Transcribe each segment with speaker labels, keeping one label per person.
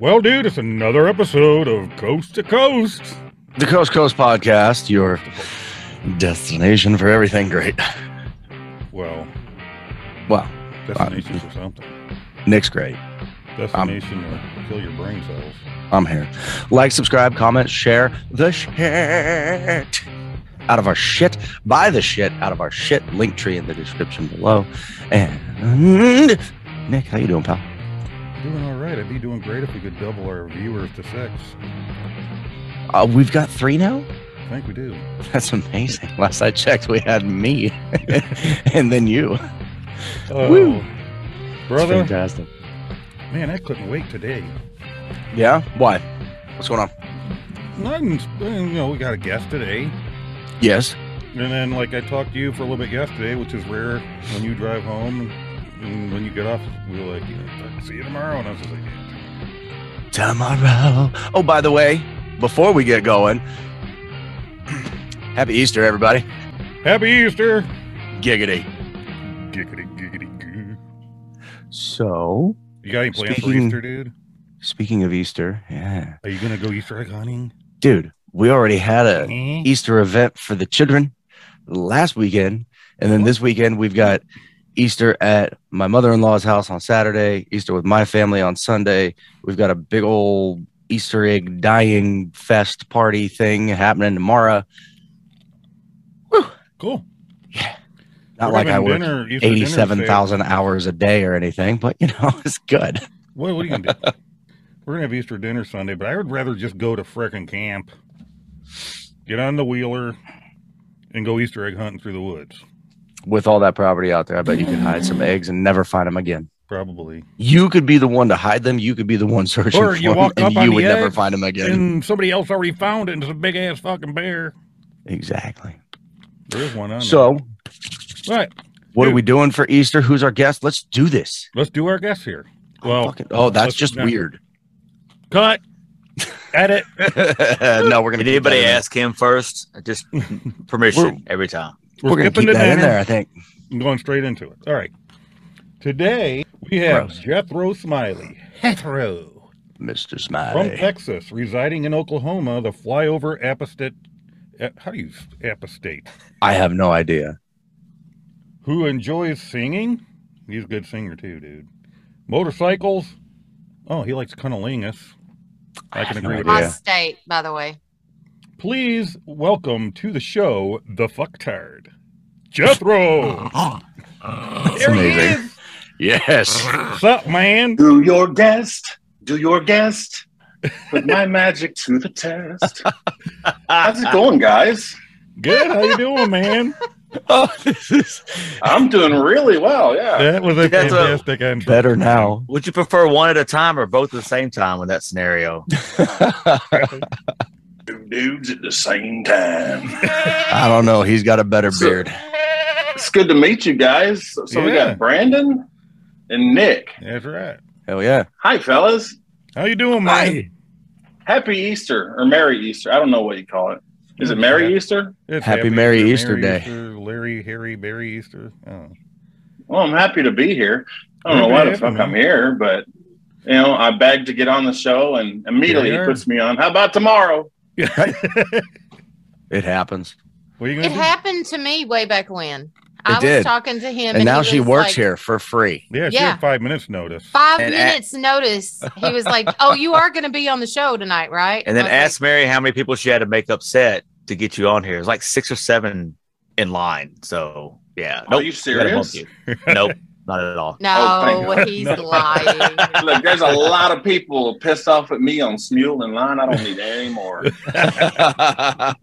Speaker 1: Well, dude, it's another episode of Coast to Coast.
Speaker 2: The Coast Coast Podcast, your destination for everything great.
Speaker 1: Well,
Speaker 2: Well,
Speaker 1: destinations or something.
Speaker 2: Nick's great.
Speaker 1: Destination or kill your brain cells.
Speaker 2: I'm here. Like, subscribe, comment, share the shit out of our shit. Buy the shit out of our shit. Link tree in the description below. And Nick, how you doing, pal?
Speaker 1: Doing all right. I'd be doing great if we could double our viewers to six.
Speaker 2: Uh, we've got three now.
Speaker 1: I think we do.
Speaker 2: That's amazing. Last I checked, we had me, and then you.
Speaker 1: Oh,
Speaker 2: Woo. It's
Speaker 1: brother,
Speaker 2: fantastic.
Speaker 1: man, I couldn't wait today.
Speaker 2: Yeah. Why? What's going on?
Speaker 1: Nothing. sp- You know, we got a guest today,
Speaker 2: Yes.
Speaker 1: and then like I talked to you for a little bit yesterday, which is rare when you drive home. And when you get off, we were like, yeah, "See you tomorrow," and I was just like,
Speaker 2: tomorrow. Oh, by the way, before we get going, happy Easter, everybody.
Speaker 1: "Happy Easter!"
Speaker 2: Giggity.
Speaker 1: Giggity, giggity, goo.
Speaker 2: So,
Speaker 1: You got any plans for
Speaker 2: Speaking-
Speaker 1: Easter, dude?
Speaker 2: speaking of Easter, yeah,
Speaker 1: Are you gonna go Easter egg hunting?
Speaker 2: dude, we already had a
Speaker 1: Eh?
Speaker 2: Easter event for the children last weekend, and then this weekend we've got Easter at my mother-in-law's house on Saturday, Easter with my family on Sunday. We've got a big old Easter egg dying fest party thing happening tomorrow.
Speaker 1: Cool.
Speaker 2: Not
Speaker 1: We're
Speaker 2: like I
Speaker 1: having
Speaker 2: work
Speaker 1: dinner, Easter dinner
Speaker 2: eighty-seven
Speaker 1: sale.
Speaker 2: thousand hours a day or anything, but you know it's good.
Speaker 1: What, what are you gonna do? We're gonna have Easter dinner Sunday, but I would rather just go to frickin' camp, get on the wheeler, and go Easter egg hunting through the woods.
Speaker 2: With all that property out there, I bet you can hide some eggs and never find them again.
Speaker 1: Probably.
Speaker 2: You could be the one to hide them. You could be the one searching
Speaker 1: Or
Speaker 2: for
Speaker 1: you
Speaker 2: them,
Speaker 1: walk
Speaker 2: and
Speaker 1: up on
Speaker 2: you
Speaker 1: the
Speaker 2: would never
Speaker 1: eggs
Speaker 2: find them again.
Speaker 1: And somebody else already found it, and it's a big ass fucking bear.
Speaker 2: Exactly.
Speaker 1: There is one on.
Speaker 2: So,
Speaker 1: there. right,
Speaker 2: what
Speaker 1: Dude.
Speaker 2: are we doing for Easter? Who's our guest? Let's do this.
Speaker 1: let's do our guess here.
Speaker 2: I'm
Speaker 1: Well,
Speaker 2: fucking- oh, that's
Speaker 1: let's-
Speaker 2: just
Speaker 1: no.
Speaker 2: weird.
Speaker 1: Cut. Edit.
Speaker 2: no, we're gonna keep
Speaker 3: Did
Speaker 2: that
Speaker 3: anybody
Speaker 2: in there.
Speaker 3: ask him first? I Just permission every time.
Speaker 2: We're,
Speaker 1: We're
Speaker 2: gonna
Speaker 1: skipping
Speaker 2: keep
Speaker 1: to
Speaker 2: that in
Speaker 1: dinner.
Speaker 2: there. I think.
Speaker 1: I'm going straight into it. All right. Today we have
Speaker 2: Gross.
Speaker 1: Jethro Smiley. Jethro.
Speaker 2: Mr.
Speaker 1: From
Speaker 2: Smiley.
Speaker 1: Texas, residing in Oklahoma, the flyover apostate. eh, How do you s- apostate?
Speaker 2: I have no idea.
Speaker 1: Who enjoys singing? He's a good singer too, dude. Motorcycles. Oh, he likes cunnilingus. I can
Speaker 2: have
Speaker 1: agree
Speaker 2: no
Speaker 1: with that.
Speaker 2: idea.
Speaker 4: My
Speaker 2: Yeah.
Speaker 4: state, by the way.
Speaker 1: Please welcome to the show the fucktard, Jethro.
Speaker 2: That's amazing. Yes.
Speaker 1: What's up, man?
Speaker 5: Do your guest, do your guest, put my magic to the test. How's it going, guys?
Speaker 1: Good. How you doing, man?
Speaker 2: Oh, this is
Speaker 5: I'm doing really well. Yeah.
Speaker 1: That was a
Speaker 3: That's a-
Speaker 1: fantastic intro.
Speaker 2: better now.
Speaker 3: Would you prefer one at a time or both at the same time in that scenario?
Speaker 5: Two dudes at the same time.
Speaker 2: I don't know. He's got a better
Speaker 5: So-
Speaker 2: beard.
Speaker 5: It's good to meet you guys. So so we
Speaker 1: Yeah.
Speaker 5: got Brandon and Nick.
Speaker 1: That's right.
Speaker 2: Hell yeah.
Speaker 5: Hi, fellas.
Speaker 1: How you doing, man?
Speaker 5: Happy Easter or Merry Easter. I don't know what you call it. Is it Merry Easter?
Speaker 1: It's
Speaker 2: Happy Merry Easter
Speaker 1: Merry
Speaker 2: Day.
Speaker 1: Easter, Larry, Harry, Berry Easter. Oh.
Speaker 5: Well, I'm happy to be here. I don't know why the fuck I'm here, but you know, I begged to get on the show and immediately
Speaker 1: Here
Speaker 5: he
Speaker 1: we are.
Speaker 5: puts me on. How about tomorrow?
Speaker 2: It happens.
Speaker 1: What are you
Speaker 4: It
Speaker 1: gonna
Speaker 4: happened to me way back when. I
Speaker 2: Mm-hmm. did.
Speaker 4: was talking to him,
Speaker 2: And, now
Speaker 4: he
Speaker 2: she
Speaker 4: was
Speaker 2: works
Speaker 4: like,
Speaker 2: here for free.
Speaker 1: do? Yeah, she
Speaker 4: Yeah.
Speaker 1: had five minutes notice.
Speaker 4: Five
Speaker 3: And a-
Speaker 4: minutes notice. He was like, "Oh, you are going to be on the show tonight, right?"
Speaker 3: And then
Speaker 4: I was like,
Speaker 3: ask Mary how many people she had to make upset to get you on here. It's like six or seven in line. So yeah.
Speaker 5: Are you
Speaker 3: we gotta bump
Speaker 5: serious?
Speaker 3: you. nope, not at all.
Speaker 5: Oh,
Speaker 4: "No,
Speaker 5: thank
Speaker 4: he's
Speaker 1: No.
Speaker 4: lying."
Speaker 5: Look, there's a lot of people pissed off at me on Smule and Line. I don't need any more.
Speaker 2: How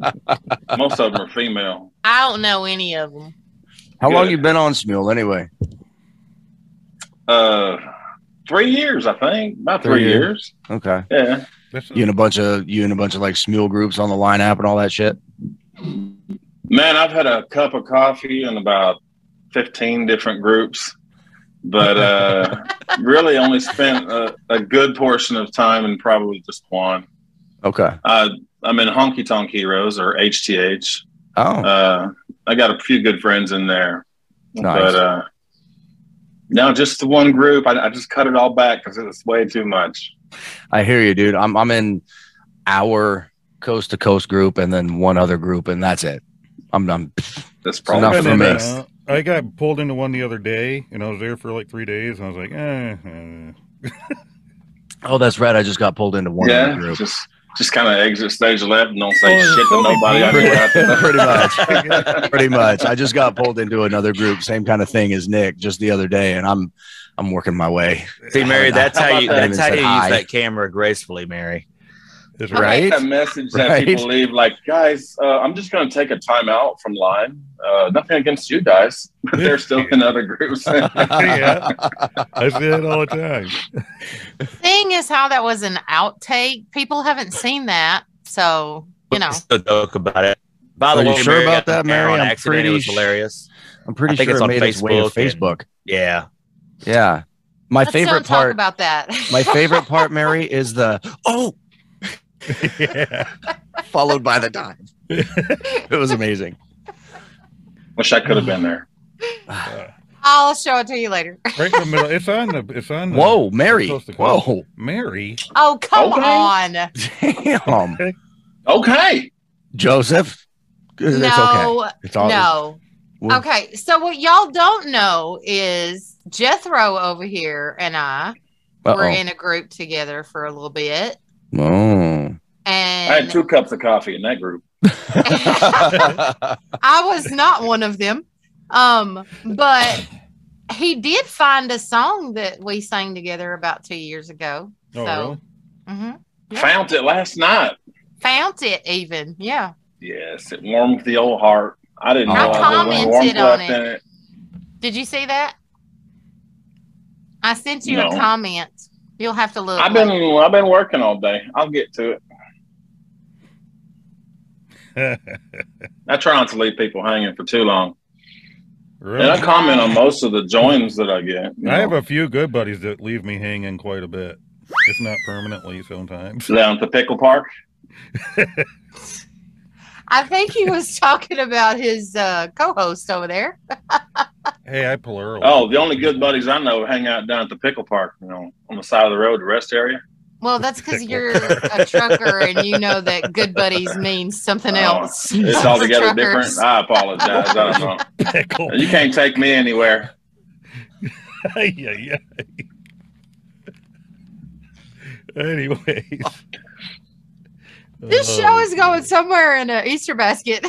Speaker 5: Most of them are female.
Speaker 4: I don't know any of them.
Speaker 2: long
Speaker 5: Good.
Speaker 2: you been on Smule anyway?
Speaker 5: Uh, three years, I think. About three,
Speaker 2: Three
Speaker 5: years.
Speaker 2: Okay.
Speaker 5: Yeah.
Speaker 1: That's
Speaker 2: You in a bunch of you in a bunch of like Smule groups on the line app and all that shit.
Speaker 5: Man, I've had a cup of coffee in about 15 different groups, but uh, really only spent a, a good portion of time in probably just one.
Speaker 2: Okay.
Speaker 5: Uh, I'm in Honky Tonk Heroes or HTH.
Speaker 2: Oh,
Speaker 5: Uh, I got a few good friends in there.
Speaker 2: nice.
Speaker 5: But uh, no, just the one group. I, I just cut it all back because it was way too much.
Speaker 2: I hear you, dude. I'm I'm in our coast to coast group and then one other group, and that's it. I'm done.
Speaker 5: That's
Speaker 2: Not
Speaker 5: probably
Speaker 2: for
Speaker 5: the
Speaker 2: me.
Speaker 5: best.
Speaker 1: Uh, I got pulled into one the other day, and I was there for like three days, and I was like, eh, eh.
Speaker 2: Oh, that's right. I just got pulled into one other
Speaker 5: Yeah,
Speaker 2: group.
Speaker 5: just just kind of exit stage left and don't say
Speaker 1: Oh,
Speaker 5: shit to
Speaker 1: oh,
Speaker 5: nobody. I
Speaker 2: pretty,
Speaker 5: know after that.
Speaker 2: pretty much. pretty much. I just got pulled into another group, same kind of thing as Nick, just the other day, and I'm I'm working my way.
Speaker 3: See, Mary,
Speaker 2: How
Speaker 3: that's how
Speaker 2: about
Speaker 3: you
Speaker 2: that?
Speaker 3: that's
Speaker 2: Even
Speaker 3: how you
Speaker 2: said
Speaker 3: use
Speaker 2: hi.
Speaker 3: that camera gracefully, Mary.
Speaker 1: It's
Speaker 4: Okay.
Speaker 2: Right?
Speaker 5: a message that people leave like guys uh, i'm just going to take a timeout from line uh, nothing against you guys but they're still in other groups
Speaker 1: yeah, I see that all the time.
Speaker 4: Seeing as how that was an outtake, people haven't seen that, so you know.
Speaker 3: What's the joke about it? By the
Speaker 2: Are you
Speaker 3: way,
Speaker 2: sure
Speaker 3: Mary
Speaker 2: about
Speaker 3: got
Speaker 2: that,
Speaker 3: the hair
Speaker 2: Mary?
Speaker 3: on
Speaker 2: I'm
Speaker 3: accident. It
Speaker 2: pretty
Speaker 3: was
Speaker 2: sh-
Speaker 3: hilarious.
Speaker 2: I'm pretty
Speaker 3: I think
Speaker 2: sure
Speaker 3: it's
Speaker 2: it
Speaker 3: on
Speaker 2: made its way to
Speaker 3: Facebook and-
Speaker 2: Facebook.
Speaker 3: Yeah.
Speaker 2: Yeah. My
Speaker 4: Let's
Speaker 2: favorite
Speaker 4: don't talk
Speaker 2: part
Speaker 4: about that.
Speaker 2: my favorite part, Mary, is the oh
Speaker 1: yeah.
Speaker 2: followed by the dive. it was amazing.
Speaker 5: wish i could have been there
Speaker 4: I'll show it to you later.
Speaker 1: Uh, Right in the middle. It's on the. It's on. The,
Speaker 2: Whoa, Mary.
Speaker 1: Close to call.
Speaker 2: Whoa.
Speaker 1: Mary.
Speaker 4: Oh come
Speaker 5: Okay.
Speaker 4: on!
Speaker 2: Damn.
Speaker 5: okay
Speaker 2: Joseph. It's okay.
Speaker 4: no,
Speaker 2: It's all
Speaker 4: no.
Speaker 2: we'll-
Speaker 4: Okay, so what y'all don't know is Jethro over here and I were
Speaker 2: Uh-oh.
Speaker 4: in a group together for a little bit,
Speaker 2: Oh.
Speaker 4: and
Speaker 5: i had two cups of coffee in that group
Speaker 2: Oh.
Speaker 4: I was not one of them. Um, but he did find a song that we sang together about two years ago.
Speaker 1: Oh,
Speaker 4: so hmm Yeah.
Speaker 5: found it last night
Speaker 4: found it even. Yeah.
Speaker 5: yes it warmed the old heart i didn't
Speaker 2: I
Speaker 5: know there was warm
Speaker 4: commented on
Speaker 5: left
Speaker 4: it.
Speaker 5: in it
Speaker 4: Did you see that? I sent you a
Speaker 5: No.
Speaker 4: comment. You'll have to look.
Speaker 5: i've been i've been working all day i'll get to it
Speaker 1: really?
Speaker 5: i try not to leave people hanging for too long
Speaker 1: really?
Speaker 5: and i comment on most of the joins that i get you
Speaker 1: I have
Speaker 5: know,
Speaker 1: a few good buddies that leave me hanging quite a bit, if not permanently sometimes.
Speaker 5: down at the pickle park
Speaker 4: I think he was talking about his uh, co-host over there.
Speaker 1: Hey, I plural.
Speaker 5: Oh, the only good buddies I know hang out down at the pickle park, you know, on the side of the road, the rest area.
Speaker 4: Well, that's because you're a trucker and you know that good buddies means something
Speaker 5: Oh,
Speaker 4: else.
Speaker 5: It's
Speaker 4: for
Speaker 5: altogether
Speaker 4: truckers.
Speaker 5: different. I apologize. I don't know.
Speaker 1: Pickle.
Speaker 5: You can't take me anywhere.
Speaker 1: yeah, yeah. Anyways. Oh,
Speaker 4: This
Speaker 3: Oh,
Speaker 4: show is going somewhere in an Easter basket.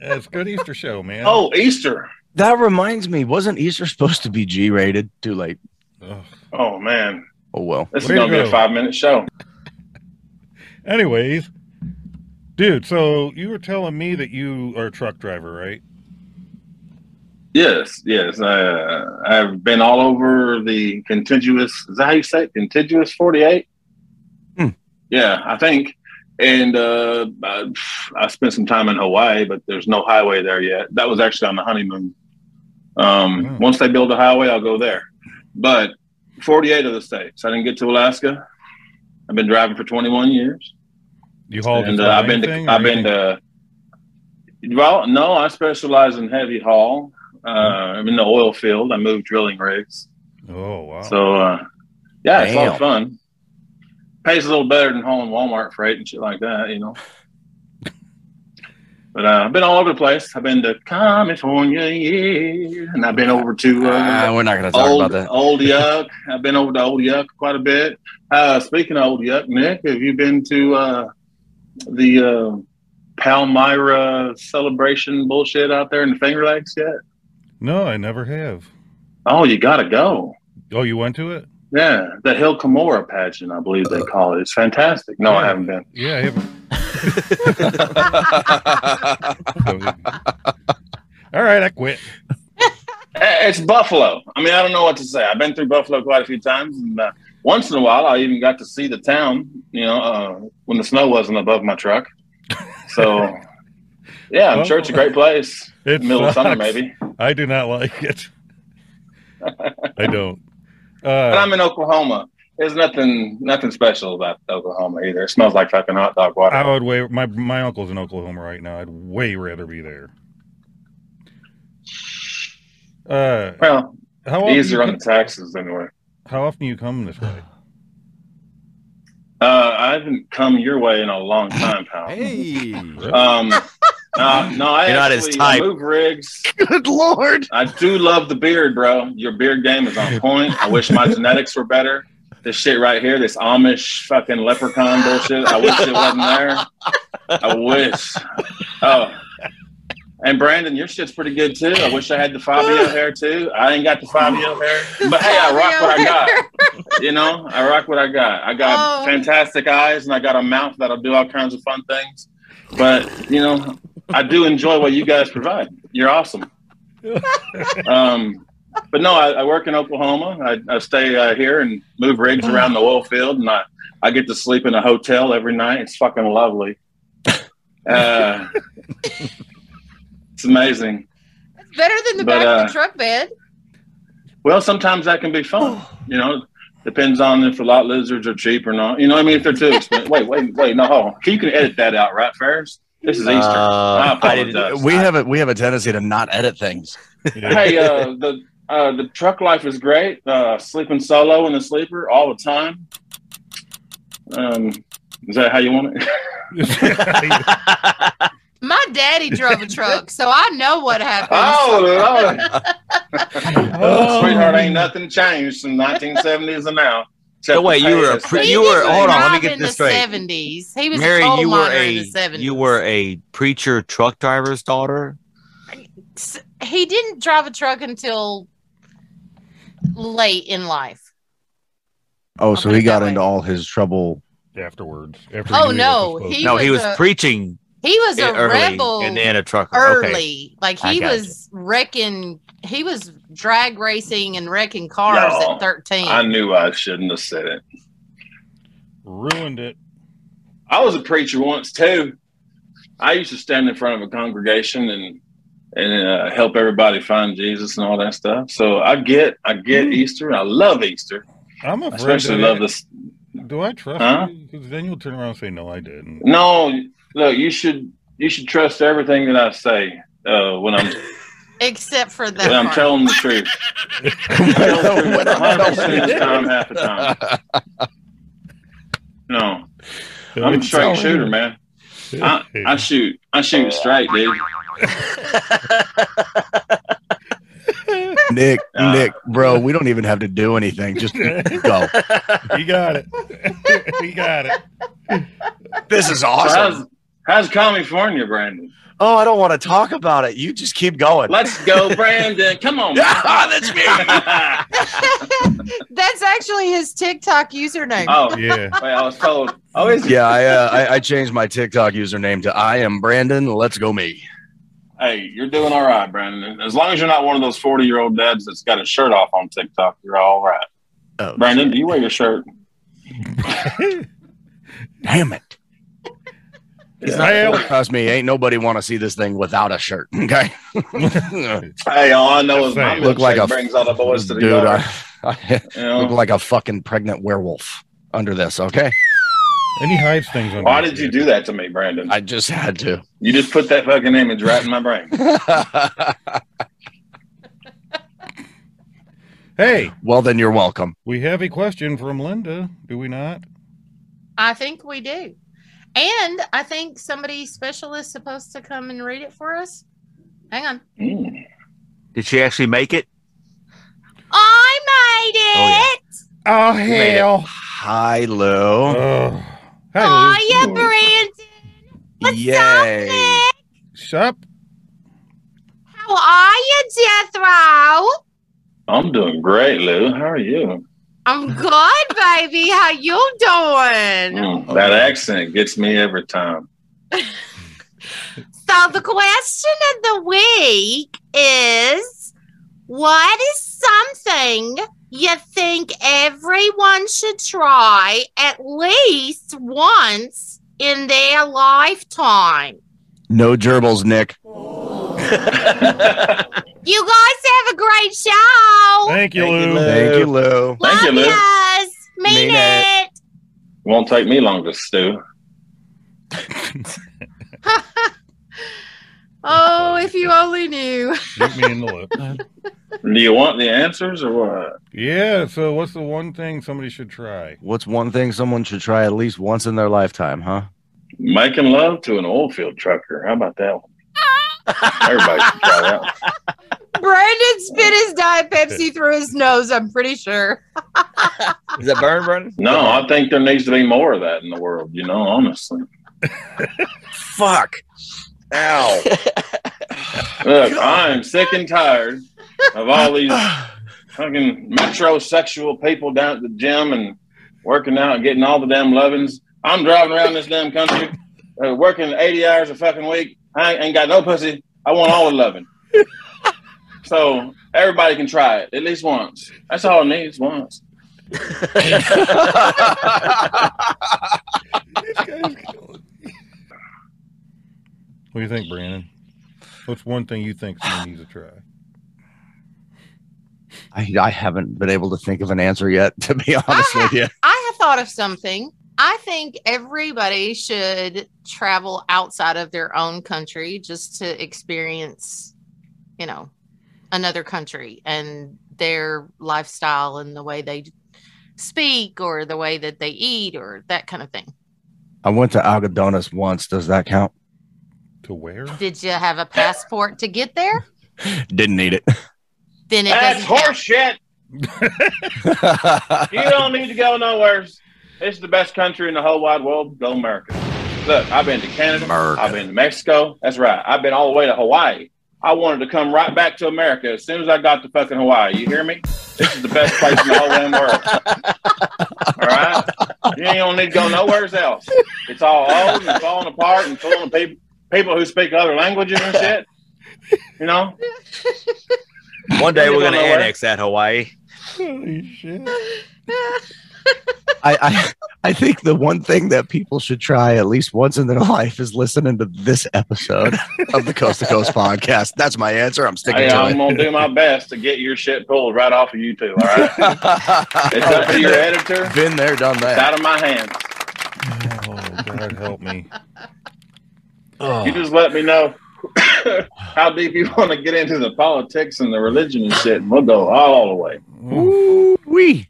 Speaker 1: It's good Easter show, man.
Speaker 5: Oh, Easter.
Speaker 2: That reminds me, wasn't Easter supposed to be G rated? Too late.
Speaker 1: Ugh.
Speaker 5: Oh man,
Speaker 2: Oh well.
Speaker 5: this
Speaker 1: Way to
Speaker 5: is gonna be
Speaker 1: go.
Speaker 5: a five-minute show.
Speaker 1: Anyways, dude, so you were telling me that you are a truck driver, right?
Speaker 5: Yes, yes. Uh, I've been all over the contiguous. Is that how you say it? Contiguous forty-eight.
Speaker 2: Hmm.
Speaker 5: Yeah, I think. And uh, I, I spent some time in Hawaii, but there's no highway there yet. That was actually on the honeymoon. Um,
Speaker 1: Hmm.
Speaker 5: Once they build a highway, I'll go there. But forty-eight of the states. I didn't get to Alaska. I've been driving for twenty-one years
Speaker 1: You hauled
Speaker 5: and
Speaker 1: the
Speaker 5: uh, I've been
Speaker 1: flying thing
Speaker 5: to I've
Speaker 1: or
Speaker 5: been
Speaker 1: anything?
Speaker 5: to well no I specialize in heavy haul uh, I'm in the oil field I move drilling rigs
Speaker 1: Oh wow.
Speaker 5: so uh, yeah it's a lot
Speaker 2: Damn.
Speaker 5: of fun pays a little better than hauling Walmart freight and shit like that you know but uh, I've been all over the place I've been to California yeah, and I've been over to uh,
Speaker 2: Ah, we're not gonna talk
Speaker 5: old,
Speaker 2: about that.
Speaker 5: old Yuck. I've been over to Old Yuck quite a bit. Uh, speaking of Old Yuck, Nick, have you been to uh, the uh, Palmyra celebration bullshit out there in the Finger Lakes yet?
Speaker 1: no, I never have.
Speaker 5: Oh, you got to go.
Speaker 1: Oh, you went to it?
Speaker 5: Yeah, the Hill Cumorah pageant, I believe
Speaker 2: Uh,
Speaker 5: they call it. It's fantastic. No, I haven't been.
Speaker 1: Yeah, I haven't. all right, I quit.
Speaker 5: Eh, It's Buffalo. I mean, I don't know what to say. I've been through Buffalo quite a few times, and uh, once in a while, I even got to see the town. You know, uh, when the snow wasn't above my truck. So, yeah, I'm sure it's a great place.
Speaker 1: It
Speaker 5: Middle of summer,
Speaker 1: sucks. Uh,
Speaker 5: maybe.
Speaker 1: I do not like it. I don't.
Speaker 5: But
Speaker 1: Uh,
Speaker 5: I'm in Oklahoma. There's nothing, nothing special about Oklahoma either. It smells like fucking hot dog water.
Speaker 1: I would way my my uncle's in Oklahoma right now. I'd way rather be there. Uh,
Speaker 5: well,
Speaker 1: how often you
Speaker 5: easier on
Speaker 1: come-
Speaker 5: the taxes anyway.
Speaker 1: how often you come this way?
Speaker 5: Uh, I haven't come your way in a long time, pal.
Speaker 6: Hey.
Speaker 5: Um, uh, no, I
Speaker 3: You're not his
Speaker 5: actually
Speaker 3: type.
Speaker 5: I move rigs.
Speaker 2: Good lord.
Speaker 5: I do love the beard, bro. Your beard game is on point. I wish my genetics were better. This shit right here, this Amish fucking leprechaun bullshit. I wish it wasn't there. I wish. Oh. And Brandon, your shit's pretty good too. I wish I had the Fabio hair too. I ain't got the Fabio hair, but hey, I rock what I got. You know, I rock what I got. I got
Speaker 4: Oh.
Speaker 5: fantastic eyes, and I got a mouth that'll do all kinds of fun things. But you know, I do enjoy what you guys provide. You're awesome. um, but no, I, I work in Oklahoma. I, I stay uh, here and move rigs around the oil field, and I, I get to sleep in a hotel every night. It's fucking lovely. Uh, it's amazing.
Speaker 4: It's better than the
Speaker 5: But,
Speaker 4: back of
Speaker 5: uh,
Speaker 4: the truck bed.
Speaker 5: Well, sometimes that can be fun. You know, depends on if the lot lizards are cheap or not. You know what I mean? If they're too expensive. wait, wait, wait. No, hold on. You can edit that out, right, Ferris? This is Easter.
Speaker 3: Uh,
Speaker 5: I
Speaker 3: I didn't.
Speaker 5: apologize.
Speaker 2: We have a we have a tendency to not edit things.
Speaker 1: Yeah.
Speaker 5: hey, uh, the uh, the truck life is great. Uh, sleeping solo in the sleeper all the time. Um, is that how you want it?
Speaker 4: My daddy drove a truck, so I know what happens.
Speaker 3: Oh,
Speaker 5: Lord.
Speaker 1: Oh.
Speaker 5: Oh, sweetheart, ain't nothing changed from 1970s and now.
Speaker 3: So wait, you were a
Speaker 5: Potatoes.
Speaker 3: pre-
Speaker 4: He
Speaker 3: you were-
Speaker 4: used to
Speaker 3: hold on, let me
Speaker 4: drive
Speaker 3: get
Speaker 4: in
Speaker 3: this
Speaker 4: the
Speaker 3: straight.
Speaker 4: 70s. He was
Speaker 3: Mary,
Speaker 4: a coal
Speaker 3: you were
Speaker 4: miner
Speaker 3: a
Speaker 4: in the 70s.
Speaker 3: you were a preacher truck driver's daughter.
Speaker 4: S- He didn't drive a truck until late in life.
Speaker 2: Oh,
Speaker 4: I'll
Speaker 2: so
Speaker 4: put
Speaker 2: he
Speaker 4: it
Speaker 2: got
Speaker 4: that way.
Speaker 2: into all his trouble.
Speaker 1: Afterwards. After
Speaker 4: Oh,
Speaker 1: you
Speaker 4: no,
Speaker 1: were supposed
Speaker 4: he
Speaker 1: to-
Speaker 3: no, he
Speaker 4: was
Speaker 3: was
Speaker 4: a-
Speaker 3: preaching
Speaker 4: He was a
Speaker 3: Eh, early
Speaker 4: rebel
Speaker 3: and then a trucker.
Speaker 4: early.
Speaker 3: Okay.
Speaker 4: Like
Speaker 3: I
Speaker 4: he
Speaker 3: gotcha.
Speaker 4: was wrecking he was drag racing and wrecking cars
Speaker 5: Y'all,
Speaker 4: at 13.
Speaker 5: I knew I shouldn't have said it.
Speaker 1: ruined it.
Speaker 5: I was a preacher once too. I used to stand in front of a congregation and and uh, help everybody find Jesus and all that stuff. So I get I get
Speaker 4: Mm.
Speaker 5: Easter and I love Easter.
Speaker 1: I'm
Speaker 5: I
Speaker 1: afraid.
Speaker 5: especially
Speaker 1: that-
Speaker 5: love this.
Speaker 1: Do I trust
Speaker 5: Huh?
Speaker 1: you? Because then you'll turn around and say, "No, I didn't."
Speaker 5: No, look, you should you should trust everything that I say uh, when I'm
Speaker 4: Except for that.
Speaker 5: when I'm
Speaker 4: part.
Speaker 5: telling the truth. I'm telling the truth 100% of the time, half the time. No, I'm a straight shooter, man. I shoot I shoot straight, dude.
Speaker 2: Nick,
Speaker 5: Uh.
Speaker 2: Nick, bro, we don't even have to do anything. Just go.
Speaker 1: you got it. you got it.
Speaker 2: This is
Speaker 5: So how's how's California, Brandon?
Speaker 2: Oh, I don't want to talk about it. You just keep going.
Speaker 5: Let's go, Brandon. Come on.
Speaker 2: Ah, that's me.
Speaker 5: man.
Speaker 4: That's actually his TikTok username.
Speaker 5: oh, wait,
Speaker 1: Yeah.
Speaker 5: I was told. Oh, is
Speaker 2: Yeah, I, uh, I I changed my TikTok username to I am Brandon. Let's go me.
Speaker 5: Hey, you're doing all right, Brandon. As long as you're not one of those 40 year old dads that's got a shirt off on TikTok, you're all right.
Speaker 2: Oh,
Speaker 5: Brandon, do you wear your shirt?
Speaker 2: damn it!
Speaker 5: It's
Speaker 1: I am-
Speaker 2: Trust me, ain't nobody want to see this thing without a shirt. Okay,
Speaker 5: not- Hey, all I know is my
Speaker 1: Same.
Speaker 2: Look
Speaker 5: look
Speaker 2: like a
Speaker 5: brings all the boys to the
Speaker 2: dude.
Speaker 5: yard.
Speaker 2: I, I
Speaker 5: you
Speaker 2: look
Speaker 5: know?
Speaker 2: like a fucking pregnant werewolf under this. Okay,
Speaker 1: And he hides things. Under
Speaker 5: Why
Speaker 1: his
Speaker 5: did you
Speaker 1: bed.
Speaker 5: do that to me, Brandon?
Speaker 2: I just had to.
Speaker 5: you just put that fucking image right in my brain.
Speaker 1: Hey,
Speaker 2: well, then you're welcome.
Speaker 1: we have a question from Linda. Do we not?
Speaker 4: I think we do. And I think somebody special is supposed to come and read it for us. Hang on.
Speaker 5: Mm.
Speaker 3: Did she actually make it?
Speaker 4: I made it.
Speaker 1: Oh
Speaker 3: made it.
Speaker 1: hell!
Speaker 2: Hi, Lou.
Speaker 1: Ugh. Hey,
Speaker 4: Aw,
Speaker 1: Lou.
Speaker 4: yeah, Brandon. What's
Speaker 2: Yay.
Speaker 4: up, Nick?
Speaker 1: Sup?
Speaker 4: How are you, Jethro?
Speaker 5: I'm doing great, Lou. How are you?
Speaker 4: I'm good, baby. How you doing?
Speaker 2: Oh,
Speaker 5: Mm, that accent gets me every time.
Speaker 4: So the question of the week is what is something you think everyone should try at least once in their lifetime?
Speaker 2: No gerbils, Nick.
Speaker 5: Thank
Speaker 4: You guys have a great show.
Speaker 1: Thank you,
Speaker 3: Thank you,
Speaker 1: Lou.
Speaker 3: Lou.
Speaker 2: Thank you, Lou.
Speaker 5: you,
Speaker 4: Love
Speaker 5: Lou.
Speaker 4: yous. Mean,
Speaker 2: Mean
Speaker 4: it.
Speaker 2: it.
Speaker 5: Won't take me long to stew.
Speaker 4: Oh, if you only knew.
Speaker 1: Shoot me in the lip.
Speaker 5: Do you want the answers or what?
Speaker 1: Yeah. So, what's the one thing somebody should try?
Speaker 2: What's one thing someone should try at least once in their lifetime, huh?
Speaker 5: Making love to an oil field trucker. How about that one? Everybody should try that one.
Speaker 4: Brandon spit his diet Pepsi through his nose. I'm pretty sure.
Speaker 3: Is that burn, Brendan?
Speaker 5: No, I think there needs to be more of that in the world, you know, honestly.
Speaker 3: Fuck.
Speaker 5: Ow. Look, I'm sick and tired of all these fucking metrosexual people down at the gym and working out and getting all the damn lovin's. I'm driving around this damn country, uh, working 80 hours a fucking week. I ain't, ain't got no pussy. I want all the loving. so everybody can try it at least once. That's all it needs once.
Speaker 1: This guy's killing me. What do you think, Brandon? What's one thing you think someone needs to try?
Speaker 2: I, I haven't been able to think of an answer yet, to be honest with you.
Speaker 4: I have thought of something. I think everybody should travel outside of their own country just to experience, you know, another country and their lifestyle and the way they speak or the way that they eat or that kind of thing.
Speaker 2: I went to Agadonis once. Does that count?
Speaker 1: To where?
Speaker 4: Did you have a passport to get there?
Speaker 2: Didn't need it.
Speaker 4: Then it
Speaker 5: That's
Speaker 4: doesn't
Speaker 5: horse
Speaker 4: count.
Speaker 5: shit. You don't need to go nowhere. It's the best country in the whole wide world. Go America. Look, I've been to Canada.
Speaker 2: America.
Speaker 5: I've been to Mexico. That's right. I've been all the way to Hawaii. I wanted to come right back to America as soon as I got to fucking Hawaii. You hear me? This is the best place in the whole damn world. All right? You ain't gonna need to go nowhere else. It's all old and falling apart and full of people people who speak other languages and shit. You know?
Speaker 3: One day we're gonna
Speaker 5: Nowhere.
Speaker 3: annex that Hawaii.
Speaker 1: Holy shit.
Speaker 2: I, I I think the one thing that people should try at least once in their life is listening to this episode of the Coast to Coast podcast. That's my answer. I'm sticking
Speaker 5: Hey,
Speaker 2: to
Speaker 5: I'm
Speaker 2: it.
Speaker 5: gonna do my best to get your shit pulled right off of you two, all right? It's up to your editor.
Speaker 2: Been there, done
Speaker 5: It's
Speaker 2: that.
Speaker 5: out of my hands.
Speaker 1: Oh, God help me. Oh.
Speaker 5: You just let me know how deep you want to get into the politics and the religion and shit, and we'll go all the way.
Speaker 2: Ooh wee.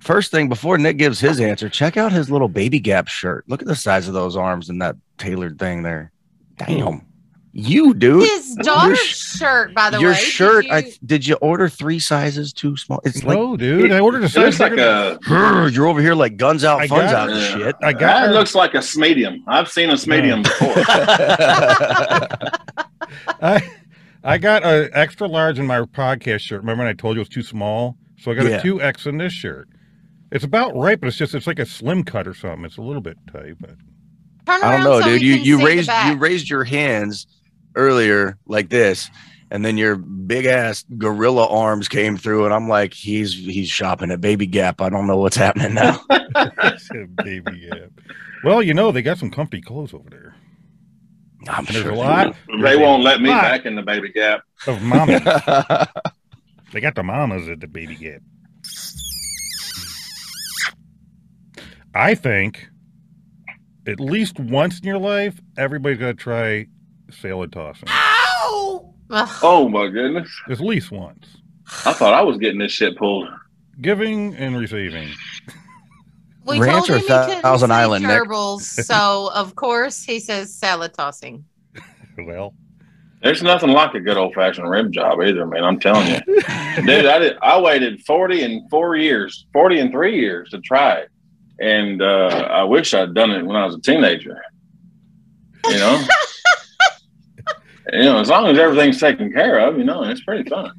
Speaker 2: First thing before Nick gives his answer, check out his little baby gap shirt. Look at the size of those arms and that tailored thing there. Damn. You dude.
Speaker 4: His daughter's
Speaker 2: sh-
Speaker 4: shirt, by the
Speaker 2: Your
Speaker 4: way. did
Speaker 2: shirt, I
Speaker 4: you-
Speaker 2: did you order three sizes too small? It's like
Speaker 1: no, dude. I ordered a
Speaker 5: It
Speaker 1: size
Speaker 5: looks like
Speaker 1: bigger than-
Speaker 5: a
Speaker 2: "Grr, you're over here like guns out,
Speaker 1: I
Speaker 2: funds
Speaker 1: got
Speaker 2: out and
Speaker 5: it.
Speaker 2: shit.
Speaker 1: I got
Speaker 5: that
Speaker 1: her,
Speaker 5: looks like a smedium. I've seen a smedium before.
Speaker 1: I, I got an extra large in my podcast shirt. Remember when I told you it was too small? So I got
Speaker 2: Yeah.
Speaker 1: a 2X in this shirt. It's about right, but it's just it's like a slim cut or something. It's a little bit tight, but
Speaker 4: Turn
Speaker 2: I don't
Speaker 4: around
Speaker 2: know,
Speaker 4: so we
Speaker 2: dude. You you
Speaker 4: can see the
Speaker 2: raised you
Speaker 4: back.
Speaker 2: raised your hands earlier like this, and then your big ass gorilla arms came through, and I'm like, he's he's shopping at Baby Gap. I don't know what's happening now.
Speaker 1: it's a baby yeah. Well, you know they got some comfy clothes over there.
Speaker 2: I'm
Speaker 1: And there's
Speaker 2: sure
Speaker 1: a lot
Speaker 5: they won't let me
Speaker 1: Why?
Speaker 5: back in the baby gap.
Speaker 1: of mamas.
Speaker 2: lot.
Speaker 1: they got the mamas at the baby gap. I think at least once in your life, everybody's got to try salad tossing.
Speaker 4: Ugh.
Speaker 5: Oh my goodness!
Speaker 1: At least once.
Speaker 5: I thought I was getting this shit pulled.
Speaker 1: Giving and receiving.
Speaker 4: We
Speaker 2: Ranch
Speaker 4: told him
Speaker 2: or
Speaker 4: he
Speaker 2: Thou-
Speaker 4: couldn't
Speaker 2: Thousand
Speaker 4: say
Speaker 2: Island, Nick?
Speaker 4: gerbils, so of course he says salad tossing.
Speaker 1: Well,
Speaker 5: There's nothing like a good old fashioned rib job either, man. I'm telling you, dude. I did. I waited 40 and four years, 40 and three years to try it, and uh, I wish I'd done it when I was a teenager. You know, you know, as long as everything's taken care of, you know, it's pretty fun.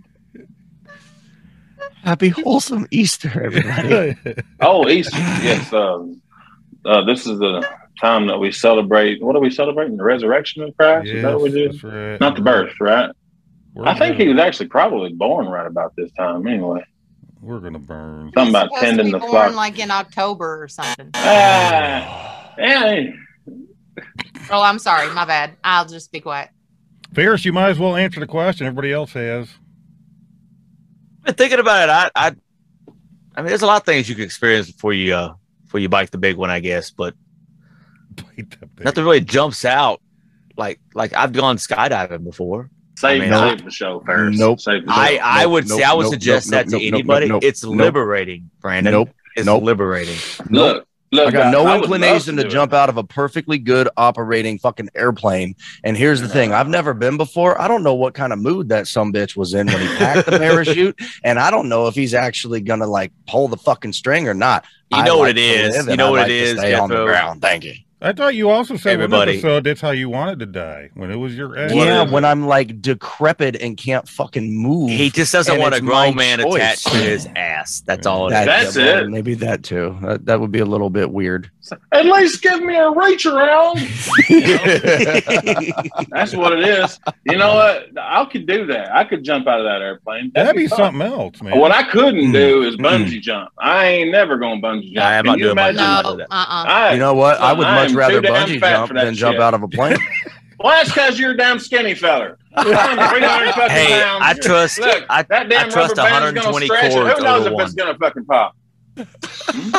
Speaker 2: Happy wholesome Easter, everybody.
Speaker 5: Oh, Easter, yes. Um, uh, this is the time that we celebrate. What are we celebrating? The resurrection of Christ? is that what we
Speaker 1: Yes,
Speaker 5: do?
Speaker 1: that's right.
Speaker 5: Not the birth, right?
Speaker 1: We're
Speaker 5: I think
Speaker 1: gonna-
Speaker 5: he was actually probably born right about this time, anyway.
Speaker 1: We're gonna burn.
Speaker 5: Something about
Speaker 4: Supposed to
Speaker 5: tending
Speaker 4: be
Speaker 5: the
Speaker 4: born,
Speaker 5: flock.
Speaker 4: like in October or something.
Speaker 5: Ah, hey,
Speaker 4: Oh, I'm sorry, my bad. I'll just be quiet.
Speaker 1: Ferris, you might as well answer the question. Everybody else has.
Speaker 3: But thinking about it, I, I, I mean, there's a lot of things you can experience before you, uh, before you bike the big one, I guess. But
Speaker 1: Bite the bait.
Speaker 3: nothing really jumps out. Like, like I've gone skydiving before.
Speaker 5: Save,
Speaker 3: I mean, I-
Speaker 5: save the show, Ferris.
Speaker 2: Nope.
Speaker 5: Save the show.
Speaker 3: I, I
Speaker 2: nope,
Speaker 3: would
Speaker 2: nope,
Speaker 3: say I would
Speaker 2: nope,
Speaker 3: suggest
Speaker 2: nope,
Speaker 3: that to
Speaker 2: nope, nope,
Speaker 3: anybody.
Speaker 2: nope,
Speaker 3: it's
Speaker 2: nope.
Speaker 3: liberating, Brandon.
Speaker 2: Nope.
Speaker 3: It's
Speaker 2: nope.
Speaker 3: liberating.
Speaker 5: look, look.
Speaker 2: I got
Speaker 5: I- I
Speaker 2: no
Speaker 5: would love
Speaker 2: inclination to
Speaker 5: do it.
Speaker 2: jump out of a perfectly good operating fucking airplane. And here's the thing: I've never been before. I don't know what kind of mood that some bitch was in when he packed the parachute, and I don't know if he's actually gonna like pull the fucking string or not.
Speaker 3: You
Speaker 2: I
Speaker 3: know what
Speaker 2: like
Speaker 3: it
Speaker 2: to
Speaker 3: is.
Speaker 2: live,
Speaker 3: You
Speaker 2: and
Speaker 3: know
Speaker 2: I
Speaker 3: what
Speaker 2: like
Speaker 3: it
Speaker 2: to
Speaker 3: is.
Speaker 2: Stay on the
Speaker 3: Jethro.
Speaker 2: ground. Thank you.
Speaker 1: I thought you also said one
Speaker 3: Everybody.
Speaker 1: episode that's how you wanted to die when it was your ex.
Speaker 5: What
Speaker 2: yeah,
Speaker 5: is
Speaker 2: when
Speaker 5: it?
Speaker 2: I'm like decrepit and can't fucking move.
Speaker 3: He just doesn't
Speaker 2: And
Speaker 3: want a
Speaker 2: it's my
Speaker 3: grown man
Speaker 2: choice.
Speaker 3: attached to his ass. That's all it is.
Speaker 2: That-
Speaker 5: That's
Speaker 2: yeah, well,
Speaker 5: it.
Speaker 2: Maybe that too. That, that would be a little bit weird.
Speaker 5: At least give me a reach around. That's what it is. You know what? I could do that. I could jump out of that airplane.
Speaker 1: That'd be
Speaker 5: fun.
Speaker 1: something else, man.
Speaker 5: What I couldn't
Speaker 2: Mm.
Speaker 5: do is bungee jump. I ain't never going to bungee jump.
Speaker 3: Nah, I'm
Speaker 5: Can
Speaker 3: not
Speaker 5: you
Speaker 3: doing my jump.
Speaker 5: imagine?
Speaker 4: No,
Speaker 3: that.
Speaker 4: uh-uh.
Speaker 5: I,
Speaker 2: You know what? I
Speaker 5: Well,
Speaker 2: would
Speaker 5: I
Speaker 2: much
Speaker 5: am
Speaker 2: rather
Speaker 5: too damn
Speaker 2: bungee
Speaker 5: fat
Speaker 2: jump
Speaker 5: for that
Speaker 2: than jump
Speaker 5: shit.
Speaker 2: out of a plane.
Speaker 5: well, that's because you're a damn skinny feller. I'm 300 fucking
Speaker 3: Hey,
Speaker 5: pounds.
Speaker 3: I trust.
Speaker 5: Look,
Speaker 3: I,
Speaker 5: that damn
Speaker 3: I trust
Speaker 5: rubber band's
Speaker 3: 120
Speaker 5: going to stretch. and
Speaker 3: cords
Speaker 5: Who knows
Speaker 3: over
Speaker 5: if
Speaker 3: one.
Speaker 5: it's going to fucking pop? Hmm?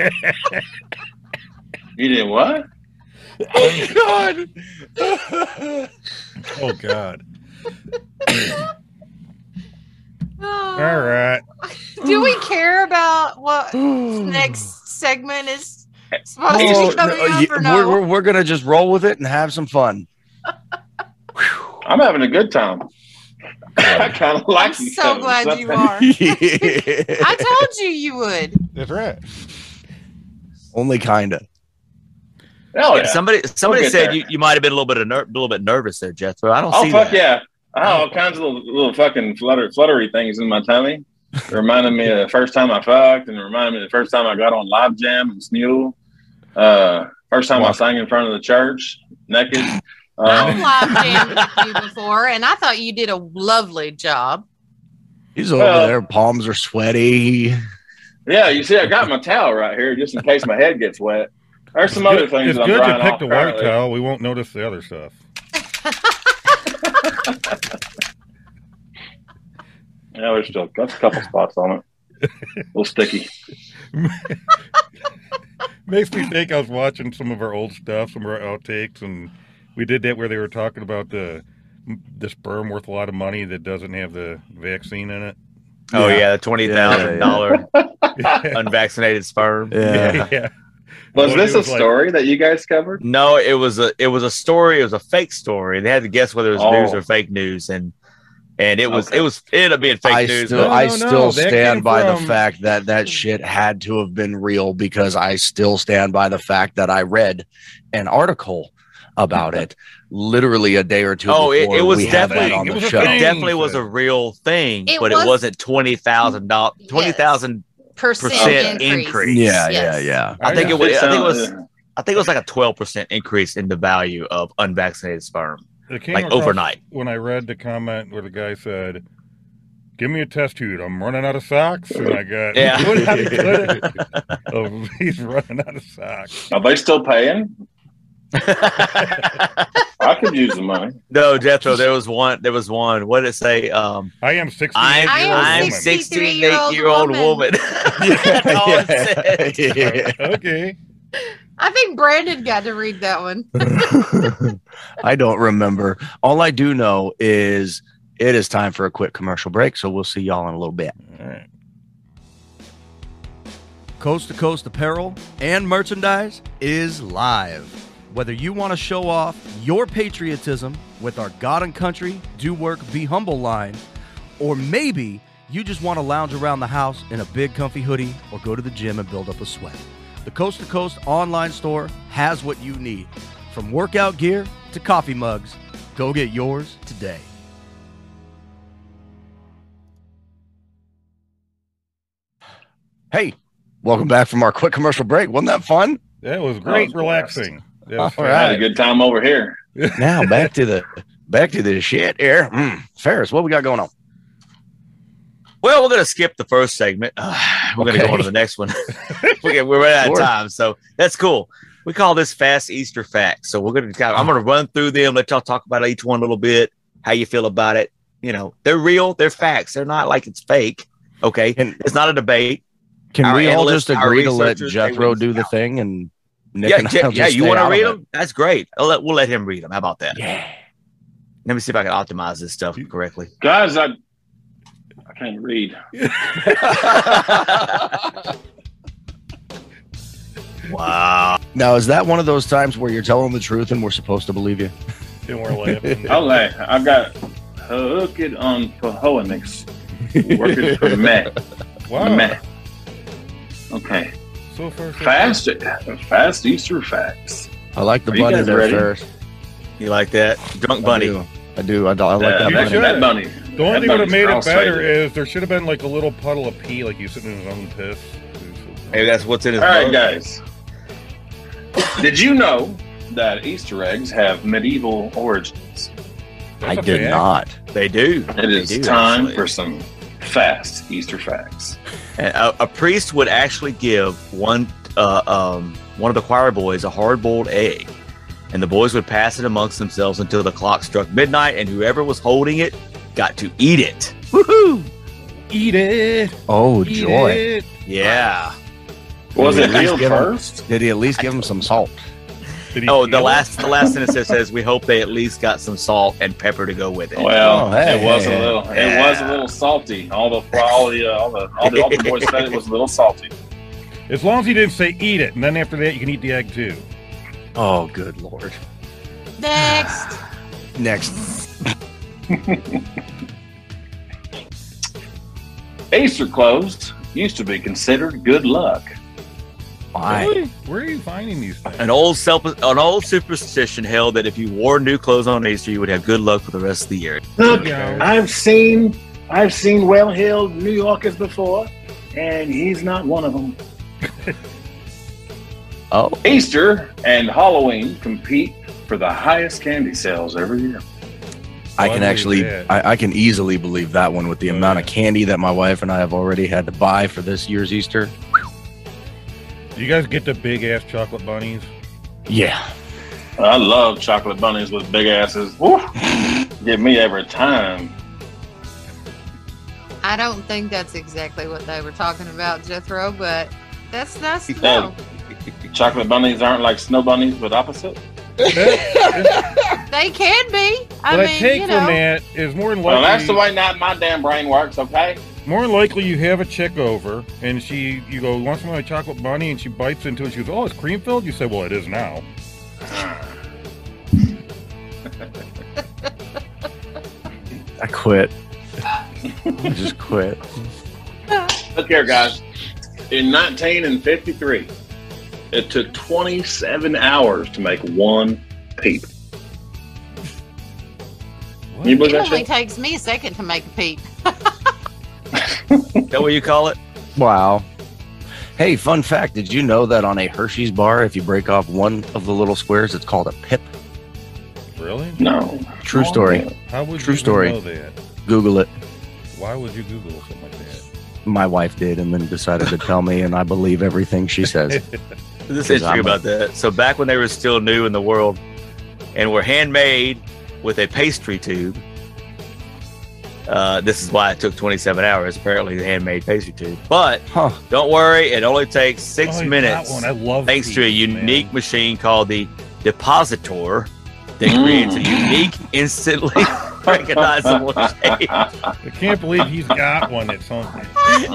Speaker 5: you did what?
Speaker 1: oh God! All right.
Speaker 4: Oh. Do we care about what
Speaker 2: Hmm.
Speaker 4: next segment is supposed to
Speaker 2: Oh,
Speaker 4: be coming
Speaker 2: no,
Speaker 4: up
Speaker 2: you-
Speaker 4: or no?
Speaker 2: We're, we're, we're gonna just roll with it and have some fun.
Speaker 5: I'm having a good time. I kind of like
Speaker 4: I'm
Speaker 5: these
Speaker 4: so
Speaker 5: things.
Speaker 4: glad you are. I told you you would.
Speaker 1: That's right.
Speaker 2: Only kinda.
Speaker 5: Hell Oh, yeah.
Speaker 3: Somebody, somebody
Speaker 5: get
Speaker 3: said
Speaker 5: there.
Speaker 3: you, you might have been a little bit of ner- little bit nervous there, Jethro. I don't
Speaker 5: Oh
Speaker 3: see
Speaker 5: fuck
Speaker 3: that.
Speaker 5: yeah! I had all kinds of little, little fucking flutter fluttery things in my tummy. It reminded me of the first time I fucked, and it reminded me of the first time I got on live jam and Snule. Uh, first time I
Speaker 2: Wow.
Speaker 5: sang in front of the church naked.
Speaker 4: I've
Speaker 5: Um,
Speaker 4: live jammed with you before, and I thought you did a lovely job.
Speaker 2: He's over
Speaker 5: Well-
Speaker 2: there. Palms are sweaty.
Speaker 5: yeah, you see, I got my towel right here just in case my head gets wet. There's some other
Speaker 1: Good-
Speaker 5: things
Speaker 1: it's
Speaker 5: I'm
Speaker 1: good
Speaker 5: drying
Speaker 1: to pick
Speaker 5: off
Speaker 1: the white
Speaker 5: currently.
Speaker 1: towel. We won't notice the other stuff.
Speaker 5: Yeah, there's still got a couple spots on it. A little sticky.
Speaker 1: Makes me think I was watching some of our old stuff, some of our outtakes, and we did that where they were talking about the the sperm worth a lot of money that doesn't have the vaccine in it.
Speaker 3: Oh
Speaker 2: Yeah.
Speaker 3: yeah, the twenty thousand dollar
Speaker 1: yeah.
Speaker 3: unvaccinated sperm.
Speaker 2: Yeah.
Speaker 5: Was
Speaker 1: Well,
Speaker 5: this
Speaker 1: it
Speaker 5: a
Speaker 1: was like-
Speaker 5: story that you guys covered?
Speaker 3: No, it was a it was a story. It was a fake story. They had to guess whether it was
Speaker 5: Oh.
Speaker 3: news or fake news, and and it was
Speaker 5: Okay.
Speaker 3: it was it ended up being fake
Speaker 2: I
Speaker 3: news.
Speaker 2: still,
Speaker 1: No,
Speaker 2: I
Speaker 1: no, no,
Speaker 2: still
Speaker 1: that came
Speaker 2: stand by
Speaker 1: from-
Speaker 2: the fact that that shit had to have been real because I still stand by the fact that I read an article about it literally a day or two.
Speaker 3: Oh, it-
Speaker 2: before
Speaker 3: it was
Speaker 2: we had that
Speaker 3: definitely-
Speaker 1: it
Speaker 2: on the
Speaker 1: was a
Speaker 2: show.
Speaker 3: but
Speaker 1: thing.
Speaker 3: it definitely was a
Speaker 1: Things.
Speaker 3: real thing,
Speaker 4: It
Speaker 3: but
Speaker 4: was-
Speaker 3: it wasn't twenty thousand dollars twenty thousand.
Speaker 4: Percent,
Speaker 3: Percent
Speaker 4: increase.
Speaker 3: increase.
Speaker 2: Yeah, yeah,
Speaker 4: Yes.
Speaker 2: yeah.
Speaker 3: I think it
Speaker 5: It
Speaker 3: was I think it was
Speaker 5: sounds-
Speaker 3: I think it was like a twelve percent increase in the value of unvaccinated sperm,
Speaker 1: It came
Speaker 3: like
Speaker 1: across
Speaker 3: overnight.
Speaker 1: When I read the comment where the guy said, "Give me a test tube. I'm running out of socks," and I got
Speaker 3: Yeah.
Speaker 1: What how did he put it? Oh, he's running out of socks.
Speaker 5: uh, Are they still paying? I could use the money.
Speaker 3: no, Jethro, there was one. There was one. What did it say? Um,
Speaker 1: I am 16
Speaker 3: I'm
Speaker 4: I am
Speaker 3: I'm
Speaker 4: 60
Speaker 3: sixteen eight year old
Speaker 4: 63-year-old
Speaker 3: woman.
Speaker 4: woman.
Speaker 3: That's all it said.
Speaker 1: okay.
Speaker 4: I think Brandon got to read that one.
Speaker 2: I don't remember. All I do know is it is time for a quick commercial break. So we'll see y'all in a little bit.
Speaker 1: All right.
Speaker 2: Coast to Coast Apparel and Merchandise is live. Whether you want to show off your patriotism with our God and Country, Do Work, Be Humble line, or maybe you just want to lounge around the house in a big comfy hoodie or go to the gym and build up a sweat, the Coast to Coast online store has what you need. From workout gear to coffee mugs, go get yours today. Hey, welcome back from our quick commercial break. Wasn't that fun?
Speaker 1: That was
Speaker 5: That
Speaker 1: great,
Speaker 5: was
Speaker 1: relaxing. That was
Speaker 2: All
Speaker 1: fun.
Speaker 5: I had a
Speaker 2: right.
Speaker 5: good time over here.
Speaker 2: now back to the back to the shit here. Mm, Ferris, what we got going on?
Speaker 3: Well, we're going to skip the first segment. Uh, we're going to
Speaker 2: Okay.
Speaker 3: go on to the next one. okay, we're right out
Speaker 2: Sure.
Speaker 3: of time, so that's cool. We call this fast Easter facts. So we're going to. I'm going to run through them. Let y'all talk about each one a little bit. How you feel about it? You know, they're real. They're facts. They're not like it's fake. Okay,
Speaker 2: Can-
Speaker 3: it's not a debate.
Speaker 2: Can
Speaker 3: Our
Speaker 2: we all
Speaker 3: analysts,
Speaker 2: just
Speaker 3: our
Speaker 2: agree to let
Speaker 3: researchers, they
Speaker 2: Jethro
Speaker 3: would-
Speaker 2: do the thing and Nick
Speaker 3: yeah,
Speaker 2: and
Speaker 3: Je-
Speaker 2: I'll
Speaker 3: yeah.
Speaker 2: just
Speaker 3: You
Speaker 2: want to
Speaker 3: read them? That's great. I'll let, we'll let him read them. How about that?
Speaker 2: Yeah.
Speaker 3: Let me see if I can optimize this stuff correctly.
Speaker 5: Guys, I I can't read.
Speaker 3: wow.
Speaker 2: Now, is that one of those times where you're telling the truth and we're supposed to believe you?
Speaker 1: And we're laughing.
Speaker 5: I'll lay. I've Oh, got hooked it on Pahoenix. Working for Matt.
Speaker 1: wow.
Speaker 5: Matt. Okay.
Speaker 1: So far, so good.
Speaker 5: Fast fast Easter facts.
Speaker 2: I like the
Speaker 5: Are you
Speaker 2: bunny
Speaker 5: guys
Speaker 2: there,
Speaker 5: ready?
Speaker 2: Ferris.
Speaker 3: You like that? Drunk
Speaker 2: I
Speaker 3: Bunny.
Speaker 2: do. I do. I, do- I like
Speaker 5: Yeah,
Speaker 2: that
Speaker 1: you
Speaker 2: bunny.
Speaker 1: should.
Speaker 5: Uh, that bunny.
Speaker 1: The only
Speaker 5: That
Speaker 1: thing would have
Speaker 5: bunny's
Speaker 1: made it
Speaker 5: cross-legged.
Speaker 1: better is there should have been like a little puddle of pee, like he's sitting in his own piss.
Speaker 3: Maybe that's what's in his
Speaker 5: All right,
Speaker 3: mug.
Speaker 5: guys. Did you know that Easter eggs have medieval origins?
Speaker 2: I
Speaker 1: That's a
Speaker 2: did
Speaker 1: fact.
Speaker 2: not.
Speaker 3: They do.
Speaker 5: It
Speaker 3: They
Speaker 5: is
Speaker 3: do,
Speaker 5: time
Speaker 3: actually.
Speaker 5: for some fast Easter facts.
Speaker 3: And A, a priest would actually give one uh, um, one of the choir boys a hard boiled egg, and the boys would pass it amongst themselves until the clock struck midnight, and whoever was holding it got to eat it. Woohoo!
Speaker 1: Eat it.
Speaker 2: Oh,
Speaker 1: eat
Speaker 2: joy.
Speaker 1: it.
Speaker 3: Yeah.
Speaker 5: Was
Speaker 2: Yeah,
Speaker 5: it
Speaker 2: at least
Speaker 5: peeled
Speaker 2: give 'em-
Speaker 5: first?
Speaker 2: Did he at least give him some salt?
Speaker 1: Did he
Speaker 3: Oh, the
Speaker 1: feel it?
Speaker 3: last the last sentence there says we hope they at least got some salt and pepper to go with it.
Speaker 5: Well,
Speaker 2: Oh, hey.
Speaker 5: it was a little. It was a
Speaker 3: Yeah.
Speaker 5: little salty. All the all the uh, all the all the, all the boys said it was a little salty.
Speaker 1: As long as he didn't say eat it, and then after that you can eat the egg too.
Speaker 2: Oh, good lord.
Speaker 4: Next.
Speaker 2: Next.
Speaker 5: Easter clothes used to be considered good luck.
Speaker 2: Why?
Speaker 1: Really? Where are you finding these things?
Speaker 3: An old self, an old superstition held that if you wore new clothes on Easter, you would have good luck for the rest of the year.
Speaker 5: Look,
Speaker 1: Yeah.
Speaker 5: I've seen I've seen well-heeled New Yorkers before, and he's not one of them.
Speaker 2: Oh,
Speaker 5: Easter and Halloween compete for the highest candy sales every year.
Speaker 1: Why
Speaker 2: I can
Speaker 1: would he
Speaker 2: actually,
Speaker 1: do that?
Speaker 2: I, I can easily believe that one with the
Speaker 1: Oh,
Speaker 2: amount of
Speaker 1: yeah.
Speaker 2: candy that my wife and I have already had to buy for this year's Easter.
Speaker 1: You guys get the big ass chocolate bunnies.
Speaker 2: Yeah.
Speaker 5: I love chocolate bunnies with big asses. Woo! Get me every time.
Speaker 4: I don't think that's exactly what they were talking about, Jethro, but that's that's
Speaker 5: Oh.
Speaker 4: no.
Speaker 5: Chocolate bunnies aren't like snow bunnies, but opposite.
Speaker 4: They can be. I
Speaker 1: what I
Speaker 4: mean,
Speaker 1: take
Speaker 4: you
Speaker 1: from
Speaker 4: know.
Speaker 1: that is more than likely
Speaker 5: Well, that's the way not my damn brain works. Okay.
Speaker 1: more than likely you have a chick over and she you go, Want some of my chocolate bunny? And she bites into it, she goes, Oh, it's cream filled? You say, Well it is now.
Speaker 2: I quit. I just quit.
Speaker 5: Look here, guys. In 1953, it took 27 hours to make one peep.
Speaker 1: What?
Speaker 5: Can you
Speaker 4: It
Speaker 5: believe that
Speaker 4: only
Speaker 5: shit?
Speaker 4: takes me a second to make a peep.
Speaker 3: Is that what you call it?
Speaker 2: Wow. Hey, fun fact: Did you know that on a Hershey's bar, if you break off one of the little squares, it's called a pip?
Speaker 1: Really?
Speaker 5: No.
Speaker 2: True
Speaker 1: Oh,
Speaker 2: story.
Speaker 1: How would
Speaker 2: True
Speaker 1: you even
Speaker 2: story.
Speaker 1: know that?
Speaker 2: Google it.
Speaker 1: Why would you Google something like that?
Speaker 2: My wife did, and then decided to tell me, and I believe everything she says.
Speaker 3: This is
Speaker 2: Because I'm
Speaker 3: interesting
Speaker 2: a-
Speaker 3: about that. So back when they were still new in the world, and were handmade with a pastry tube. Uh, this is why it took 27 hours. Apparently, the handmade pastry tube. But
Speaker 2: Huh?
Speaker 3: don't worry, it only takes
Speaker 1: Oh,
Speaker 3: six
Speaker 1: that
Speaker 3: minutes.
Speaker 1: one. I love
Speaker 3: thanks to a
Speaker 1: these, man.
Speaker 3: unique machine called the depositor that
Speaker 5: Mm.
Speaker 3: creates a unique instantly recognizable shape.
Speaker 1: I can't believe he's got one that's on.
Speaker 5: Mm.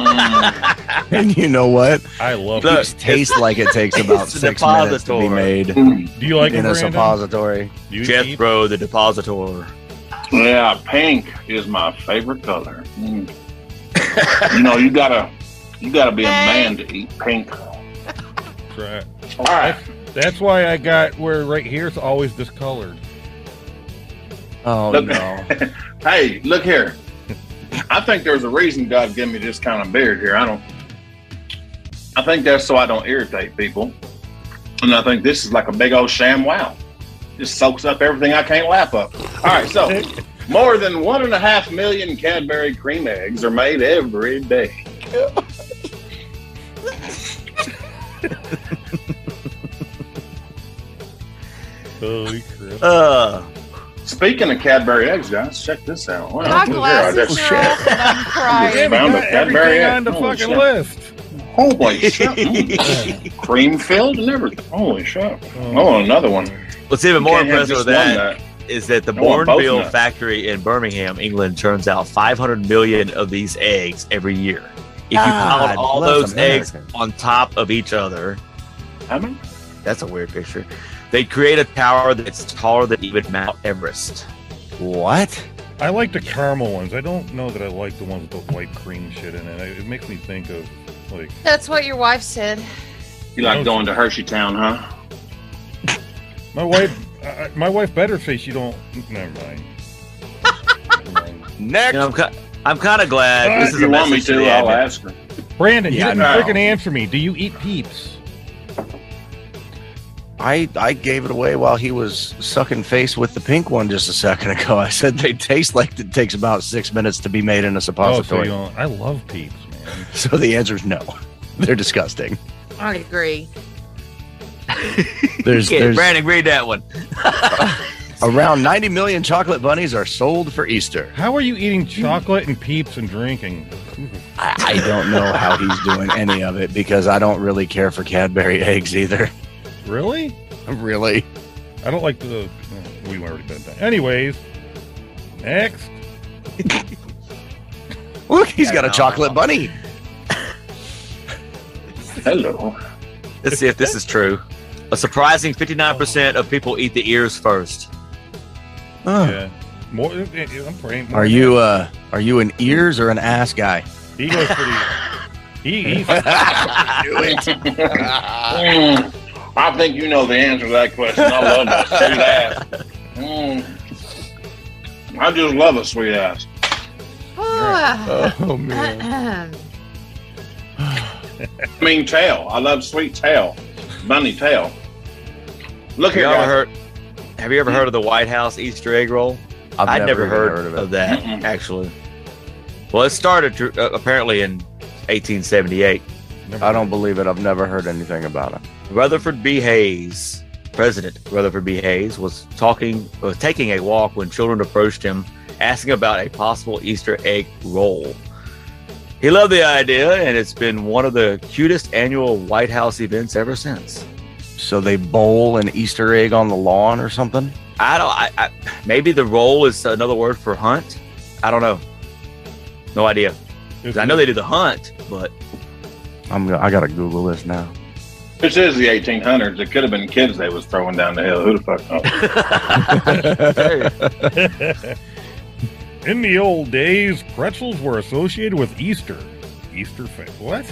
Speaker 2: And you know what?
Speaker 1: I love
Speaker 3: Look,
Speaker 1: it.
Speaker 2: It tastes like it takes about
Speaker 3: it's a
Speaker 2: six minutes to be
Speaker 3: depository.
Speaker 2: made
Speaker 5: Mm.
Speaker 1: Do you like
Speaker 2: in
Speaker 1: them,
Speaker 2: a
Speaker 1: Brandon?
Speaker 2: suppository.
Speaker 1: Do you keep-
Speaker 3: Jethro, the depositor.
Speaker 5: yeah, pink is my favorite color. Mm. you know, you gotta, you gotta be a man to eat pink. All
Speaker 1: Right.
Speaker 5: right.
Speaker 1: That's why I got where right here it's always discolored.
Speaker 2: Oh
Speaker 5: Look-
Speaker 2: no!
Speaker 5: Hey, look here. I think there's a reason God gave me this kind of beard here. I don't. I think that's so I don't irritate people, and I think this is like a big old sham wow. Just soaks up everything I can't lap up. All right, so more than one and a half million Cadbury cream eggs are made every day.
Speaker 1: Holy crap.
Speaker 3: Uh,
Speaker 5: Speaking of Cadbury eggs, guys, check this out.
Speaker 4: My
Speaker 5: Wow, look here, I
Speaker 4: glasses
Speaker 5: just-
Speaker 4: are off and I'm
Speaker 1: Damn,
Speaker 4: crying.
Speaker 1: we
Speaker 5: Found
Speaker 1: got
Speaker 5: a Cadbury
Speaker 1: everything
Speaker 5: egg.
Speaker 1: on the
Speaker 5: Holy
Speaker 1: fucking
Speaker 5: shit.
Speaker 1: list.
Speaker 5: Holy shit! Mm. cream filled and everything. Holy shit!
Speaker 1: Oh,
Speaker 5: Oh, another one.
Speaker 3: what's even
Speaker 5: You
Speaker 3: more
Speaker 5: can't have
Speaker 3: impressive
Speaker 5: just
Speaker 3: with that,
Speaker 5: one,
Speaker 3: is that the
Speaker 5: I want both
Speaker 3: Bourneville
Speaker 5: nuts.
Speaker 3: factory in Birmingham, England, turns out 500 million of these eggs every year. If you
Speaker 2: God
Speaker 3: piled all
Speaker 2: bless
Speaker 3: those eggs
Speaker 2: America.
Speaker 3: on top of each other,
Speaker 5: I mean,
Speaker 3: that's a weird picture. They create a tower that's taller than even Mount Everest.
Speaker 2: What?
Speaker 1: I like the caramel ones. I don't know that I like the ones with the white cream shit in it. It makes me think of like
Speaker 4: That's what your wife said.
Speaker 5: you like going to Hershey Town, huh?
Speaker 1: my wife. I, I- my wife better say she don't. Never mind. Never mind.
Speaker 2: Next.
Speaker 3: You know, I'm, ki- I'm kind of glad.
Speaker 5: If
Speaker 3: This is
Speaker 5: you
Speaker 3: a
Speaker 5: want me
Speaker 3: message to,
Speaker 5: to,
Speaker 3: the
Speaker 5: I'll
Speaker 3: admin.
Speaker 5: ask her.
Speaker 1: Brandon,
Speaker 3: Yeah,
Speaker 1: you didn't
Speaker 5: I know.
Speaker 1: freaking answer me. Do you eat peeps?
Speaker 2: I I gave it away while he was sucking face with the pink one just a second ago. I said they taste like it takes about six minutes to be made in a
Speaker 1: Oh, so
Speaker 2: suppository.
Speaker 1: you don't. I love peeps, man.
Speaker 2: so, the answer is no. They're disgusting.
Speaker 4: I agree.
Speaker 2: There's,
Speaker 3: Okay,
Speaker 2: there's
Speaker 3: Brandon, read that one.
Speaker 2: around 90 million chocolate bunnies are sold for Easter.
Speaker 1: How are you eating chocolate and peeps and drinking?
Speaker 2: I, I don't know how he's doing any of it because I don't really care for Cadbury eggs either.
Speaker 1: Really?
Speaker 2: Really?
Speaker 1: I don't like the. oh, We already done that. Anyways, next.
Speaker 2: Look, he's got a
Speaker 3: Yeah, no.
Speaker 2: chocolate bunny.
Speaker 5: Hello.
Speaker 3: Let's see if this is true. A surprising 59% of people eat the ears first.
Speaker 2: Huh.
Speaker 1: Yeah. More. eh, I'm praying.
Speaker 2: Are you uh are you an ears or an ass guy?
Speaker 1: He goes pretty. He, he
Speaker 5: Mm, I think you know the answer to that question. I love that sweet ass. Mm, I just love a sweet ass.
Speaker 2: oh
Speaker 5: I mean, tail. I love sweet tail, bunny tail. Look
Speaker 3: Have you
Speaker 5: here,
Speaker 3: ever
Speaker 5: guys.
Speaker 3: heard? Have you ever heard of the White House Easter egg roll?
Speaker 2: I've
Speaker 3: I'd never,
Speaker 2: even
Speaker 3: heard, of,
Speaker 2: it.
Speaker 3: that
Speaker 5: Mm-mm.
Speaker 3: actually. Well, it started tr- uh, apparently in 1878.
Speaker 2: I don't believe it. I've never heard anything about it.
Speaker 3: Rutherford B. Hayes, President Rutherford B. Hayes, was talking, was taking a walk when children approached him, asking about a possible Easter egg roll. He loved the idea, and it's been one of the cutest annual White House events ever since.
Speaker 2: So they bowl an Easter egg on the lawn or something?
Speaker 3: I don't. I, I, maybe the roll is another word for hunt. I don't know. No idea. 'Cause I know they do the hunt, but
Speaker 2: I'm go- I gotta Google this now.
Speaker 5: This is the 1800s. It could have been kids they was throwing down the hill. Who the fuck knows?
Speaker 1: In the old days, pretzels were associated with Easter. Easter fa- What?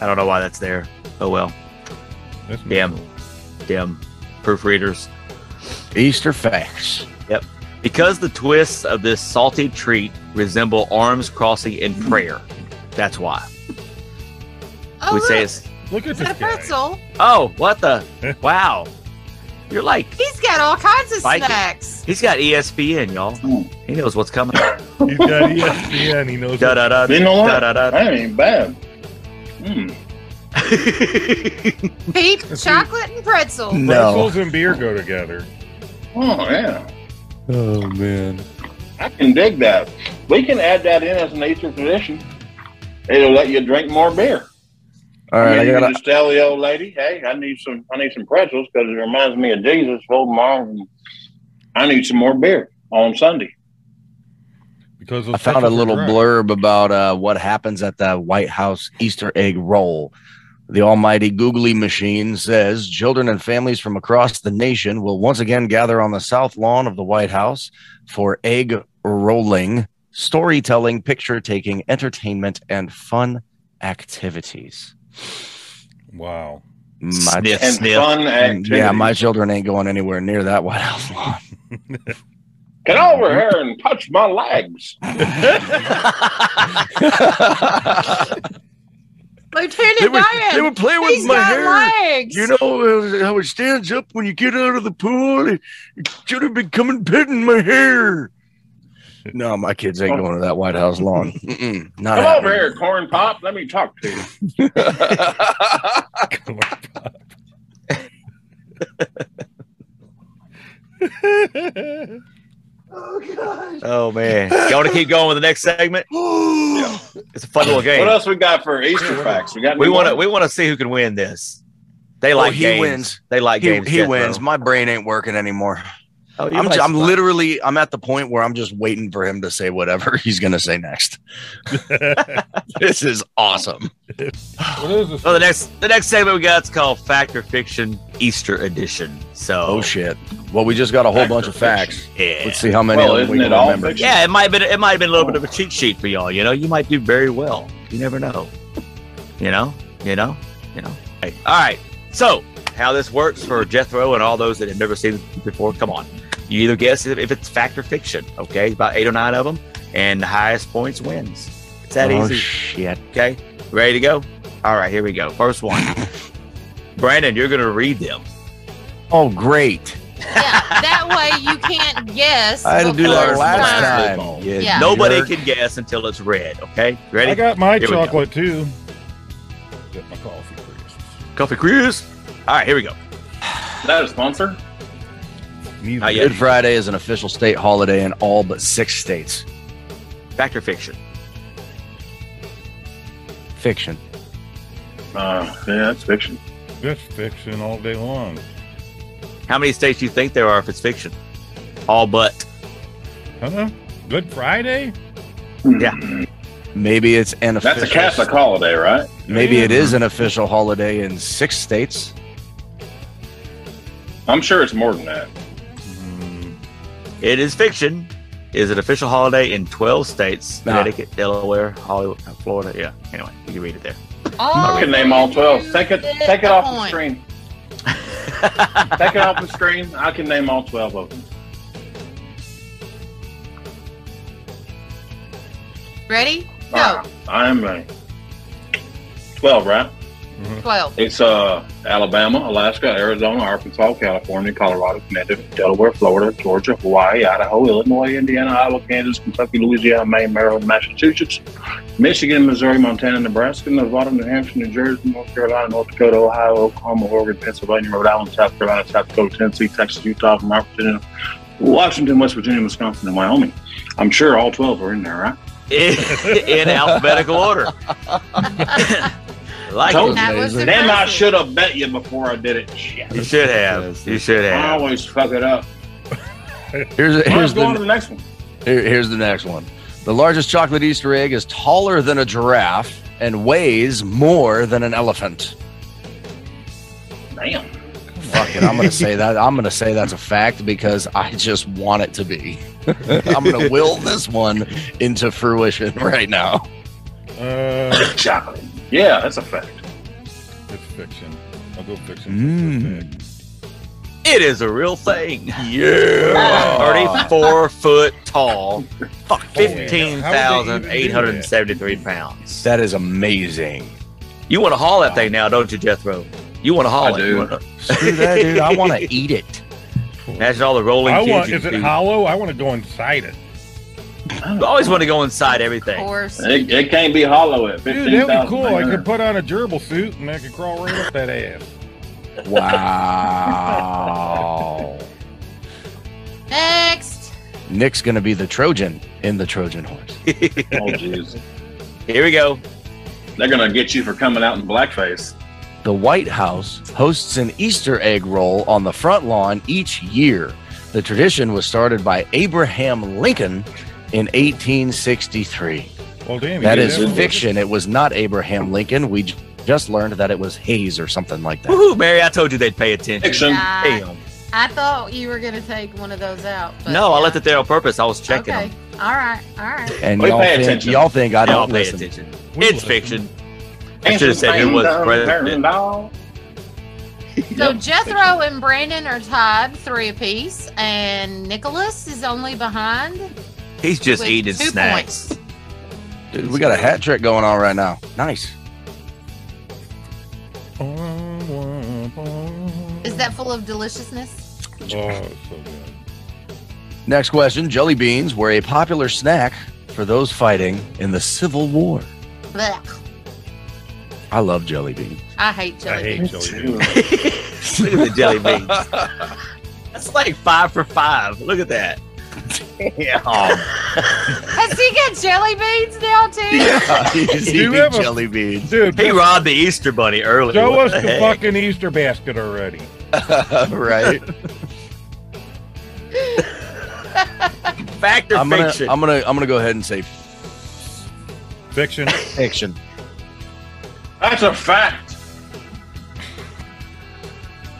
Speaker 3: I don't know why that's there. Oh well,
Speaker 1: That's not
Speaker 3: Damn.
Speaker 1: cool.
Speaker 3: damn proofreaders.
Speaker 2: Easter facts.
Speaker 3: Because the twists of this salty treat resemble arms crossing in prayer. That's why
Speaker 4: Oh,
Speaker 3: we say
Speaker 4: look,
Speaker 3: it's.
Speaker 1: Look at
Speaker 4: it's a
Speaker 1: this guy.
Speaker 4: pretzel.
Speaker 3: Oh, what the? Wow, you're like
Speaker 4: He's got all kinds of
Speaker 3: Like it.
Speaker 4: snacks.
Speaker 3: he's got E ESPN, y'all. He knows what's coming. Da
Speaker 1: He's got E ESPN. He knows.
Speaker 3: da da
Speaker 5: You know
Speaker 3: da
Speaker 5: what?
Speaker 3: da da.
Speaker 5: That ain't bad. Mm.
Speaker 4: Peep, chocolate, and pretzel.
Speaker 2: No.
Speaker 1: Pretzels and beer go together.
Speaker 5: Oh, yeah.
Speaker 2: Oh man.
Speaker 5: I can dig that. We can add that in as an Easter tradition. It'll let you drink more beer.
Speaker 2: All right, I
Speaker 5: you
Speaker 2: gotta
Speaker 5: just tell the old lady, "Hey, I need some, I need some pretzels because it reminds me of Jesus folding my arms. and I need some more beer on Sunday."
Speaker 1: Because those
Speaker 2: I found a
Speaker 1: pretzels are
Speaker 2: little
Speaker 1: dry.
Speaker 2: blurb about uh, what happens at the White House Easter egg roll. The almighty googly machine says children and families from across the nation will once again gather on the south lawn of the White House for egg rolling, storytelling, picture taking, entertainment, and fun activities.
Speaker 1: Wow.
Speaker 2: My,
Speaker 3: Sniff.
Speaker 5: And
Speaker 3: Sniff.
Speaker 5: fun activities.
Speaker 2: yeah, my children ain't going anywhere near that White House lawn.
Speaker 5: get over here and touch my legs.
Speaker 4: Lieutenant
Speaker 2: they, were, they
Speaker 4: Diane,
Speaker 2: were playing with
Speaker 4: he's
Speaker 2: my
Speaker 4: got
Speaker 2: hair.
Speaker 4: legs.
Speaker 2: You know uh, how it stands up when you get out of the pool? It should have been coming petting my hair. No, my kids ain't going to that White House lawn. Mm-mm, not
Speaker 5: Come
Speaker 2: happening.
Speaker 5: over here, corn pop. Let me talk to you.
Speaker 3: oh man, you want to keep going with the next segment? It's a fun little game.
Speaker 5: What else we got for Easter facts? We got.
Speaker 3: We
Speaker 5: any
Speaker 3: want to
Speaker 5: more?
Speaker 3: we want to see who can win this. They
Speaker 2: Oh,
Speaker 3: like
Speaker 2: he
Speaker 3: games.
Speaker 2: wins.
Speaker 3: They like
Speaker 2: he
Speaker 3: games.
Speaker 2: he
Speaker 3: Jethro.
Speaker 2: wins. My brain ain't working anymore.
Speaker 3: Oh,
Speaker 2: I'm,
Speaker 3: like
Speaker 2: just, I'm
Speaker 3: Spike.
Speaker 2: literally I'm at the point where I'm just waiting for him to say whatever he's gonna say next. This is awesome.
Speaker 1: what is this?
Speaker 3: Well, the next the next segment we got is called Fact or Fiction Easter Edition. So
Speaker 2: Oh shit. Well, we just got a whole
Speaker 5: Fact
Speaker 2: bunch
Speaker 5: or
Speaker 2: of facts.
Speaker 3: yeah,
Speaker 2: Let's see how many
Speaker 5: Well,
Speaker 2: of them we
Speaker 5: isn't
Speaker 2: can
Speaker 5: it all
Speaker 2: remember.
Speaker 5: fiction?
Speaker 3: yeah, it might have been it might have been a little bit
Speaker 2: Oh.
Speaker 3: of a cheat sheet for y'all. You know, you might do very well. You never know. You know, you know, you know. Hey, All right. So how this works for Jethro and all those that have never seen it before? Come on, you either guess if if it's fact or fiction. Okay, about eight or nine of them, and the highest points wins. It's that
Speaker 2: oh
Speaker 3: easy.
Speaker 2: shit.
Speaker 3: Okay, ready to go? All right, here we go. First one. Brandon, you're going to read them.
Speaker 2: Oh great.
Speaker 4: Yeah, that way you can't guess.
Speaker 2: I had to do that
Speaker 4: before
Speaker 2: last
Speaker 4: time.
Speaker 2: time.
Speaker 3: Football.
Speaker 2: Yeah,
Speaker 4: Yeah.
Speaker 3: Nobody
Speaker 2: jerk.
Speaker 3: can guess until it's read. Okay,
Speaker 1: I
Speaker 3: ready?
Speaker 1: got my
Speaker 3: Here we go.
Speaker 1: chocolate too. Get my coffee, please.
Speaker 3: Coffee Cruise. All right, here we go.
Speaker 5: Is that a sponsor?
Speaker 1: Neither.
Speaker 3: Not yet.
Speaker 2: Good Friday is an official state holiday in all but six states.
Speaker 3: Fact or fiction?
Speaker 2: Fiction.
Speaker 5: Uh, yeah, it's fiction.
Speaker 1: That's fiction all day long.
Speaker 3: How many states do you think there are if it's fiction? All but.
Speaker 1: Huh? Good Friday?
Speaker 3: Yeah.
Speaker 2: Maybe it's an
Speaker 5: That's
Speaker 2: official.
Speaker 5: a Catholic holiday, right?
Speaker 2: Maybe it is an official holiday in six states.
Speaker 5: I'm sure it's more than that.
Speaker 1: Mm,
Speaker 3: Hmm. It is fiction. Is an official holiday in 12 states
Speaker 2: Nah.
Speaker 3: Connecticut, Delaware, Hollywood, uh, Florida. Yeah. Anyway, you can read it there.
Speaker 5: I could name all twelve. Take it, take it off the screen. Take it off the screen. I can name all twelve of them.
Speaker 4: Ready? Go.
Speaker 5: All right. I'm uh, twelve, right?
Speaker 4: Twelve.
Speaker 5: It's uh, Alabama, Alaska, Arizona, Arkansas, California, Colorado, Connecticut, Delaware, Florida, Georgia, Hawaii, Idaho, Illinois, Indiana, Iowa, Kansas, Kentucky, Louisiana, Maine, Maryland, Massachusetts, Michigan, Missouri, Montana, Nebraska, Nevada, New Hampshire, New Jersey, North Carolina, North Dakota, Ohio, Oklahoma, Oregon, Pennsylvania, Rhode Island, South Carolina, South Dakota, Tennessee, Texas, Utah, Vermont, Virginia, Washington, West Virginia, Wisconsin, and Wyoming. I'm sure all 12 are in there, right?
Speaker 3: in, in alphabetical order. like
Speaker 5: Told
Speaker 3: it.
Speaker 4: That was
Speaker 2: amazing.
Speaker 5: Damn, Oh, I
Speaker 4: impressive.
Speaker 5: should have bet you before I did it. Shit.
Speaker 3: you should have. You should
Speaker 5: I
Speaker 3: have.
Speaker 5: always fuck it up.
Speaker 2: Here's,
Speaker 5: Well,
Speaker 2: here's
Speaker 5: Let's go on to
Speaker 2: the
Speaker 5: the next one.
Speaker 2: Here- here's the next one. The largest chocolate Easter egg is taller than a giraffe and weighs more than an elephant.
Speaker 5: Damn.
Speaker 2: Fuck it, I'm gonna say that. I'm gonna say that's a fact because I just want it to be. I'm gonna will this one into fruition right now.
Speaker 1: Uh,
Speaker 5: Chocolate. Yeah, that's a fact.
Speaker 1: it's fiction. I'll go fiction.
Speaker 2: Mm.
Speaker 3: It is a real thing. Yeah. 34 foot tall,
Speaker 2: Fuck
Speaker 1: seven.
Speaker 3: 15,873 pounds.
Speaker 2: That is amazing.
Speaker 3: You want to haul that thing now, don't you, Jethro? You want to haul
Speaker 5: I
Speaker 3: it.
Speaker 5: do.
Speaker 3: You wanna-
Speaker 2: Screw that, dude. I want to eat it.
Speaker 3: Imagine all the rolling
Speaker 1: I
Speaker 3: kids
Speaker 1: want.
Speaker 3: you
Speaker 1: Is
Speaker 3: could
Speaker 1: it
Speaker 3: do.
Speaker 1: hollow? I want to go inside it.
Speaker 3: You always want to go inside everything.
Speaker 4: Course.
Speaker 5: It, it can't be hollow at
Speaker 1: Dude,
Speaker 5: fifteen
Speaker 1: that'd be
Speaker 5: thousand.
Speaker 1: cool. I could put on a gerbil suit and I could crawl right up that ass.
Speaker 2: Wow.
Speaker 4: Next.
Speaker 2: Nick's gonna be the Trojan in the Trojan horse.
Speaker 5: Oh, jeez.
Speaker 3: Here we go.
Speaker 5: They're going to get you for coming out in blackface.
Speaker 2: The White House hosts an Easter egg roll on the front lawn each year. The tradition was started by Abraham Lincoln in 1863.
Speaker 1: Well, damn. you
Speaker 2: That
Speaker 1: did
Speaker 2: is
Speaker 1: one.
Speaker 2: fiction. It was not Abraham Lincoln. We j- just learned that it was Hayes or something like that.
Speaker 3: Woohoo, Mary, I told you they'd pay attention.
Speaker 5: Fiction.
Speaker 4: I,
Speaker 3: Damn.
Speaker 4: I thought you were gonna take one of those out. but-
Speaker 3: No, I left it there on purpose. I was checking
Speaker 4: Okay.
Speaker 3: them.
Speaker 4: All right. All right.
Speaker 2: And
Speaker 5: We
Speaker 2: y'all
Speaker 5: pay
Speaker 2: think,
Speaker 5: attention.
Speaker 2: y'all think I
Speaker 3: Y'all
Speaker 2: don't
Speaker 3: pay
Speaker 2: listen.
Speaker 3: attention.
Speaker 1: We
Speaker 3: it's
Speaker 1: listen.
Speaker 3: fiction. I should have said who was president.
Speaker 4: So Jethro and Brandon are tied three apiece, and Nicholas is only behind.
Speaker 3: He's just
Speaker 4: with
Speaker 3: eating
Speaker 4: two
Speaker 3: snacks.
Speaker 4: Points.
Speaker 2: Dude, we got a hat trick going on right now. Nice.
Speaker 1: Oh,
Speaker 4: Is that full of deliciousness?
Speaker 1: Oh, it's so good.
Speaker 2: Next question Jelly beans were a popular snack for those fighting in the Civil War.
Speaker 4: Blech.
Speaker 2: I love jelly beans.
Speaker 4: I hate jelly
Speaker 1: I hate
Speaker 4: beans.
Speaker 1: jelly beans.
Speaker 3: Look at the jelly beans. That's like five for five. Look at that. Oh,
Speaker 4: Has he got jelly beans now too?
Speaker 2: yeah, he's
Speaker 1: Do you
Speaker 2: eating
Speaker 1: have a-
Speaker 2: jelly beans.
Speaker 1: Dude,
Speaker 3: He
Speaker 1: just
Speaker 3: robbed the Easter Bunny earlier.
Speaker 1: show
Speaker 3: What
Speaker 1: us the
Speaker 3: heck?
Speaker 1: fucking Easter basket already.
Speaker 2: right.
Speaker 3: Fact or
Speaker 2: I'm gonna,
Speaker 3: fiction?
Speaker 2: I'm gonna, I'm gonna go ahead and say
Speaker 1: Fiction.
Speaker 2: fiction.
Speaker 5: That's a fact.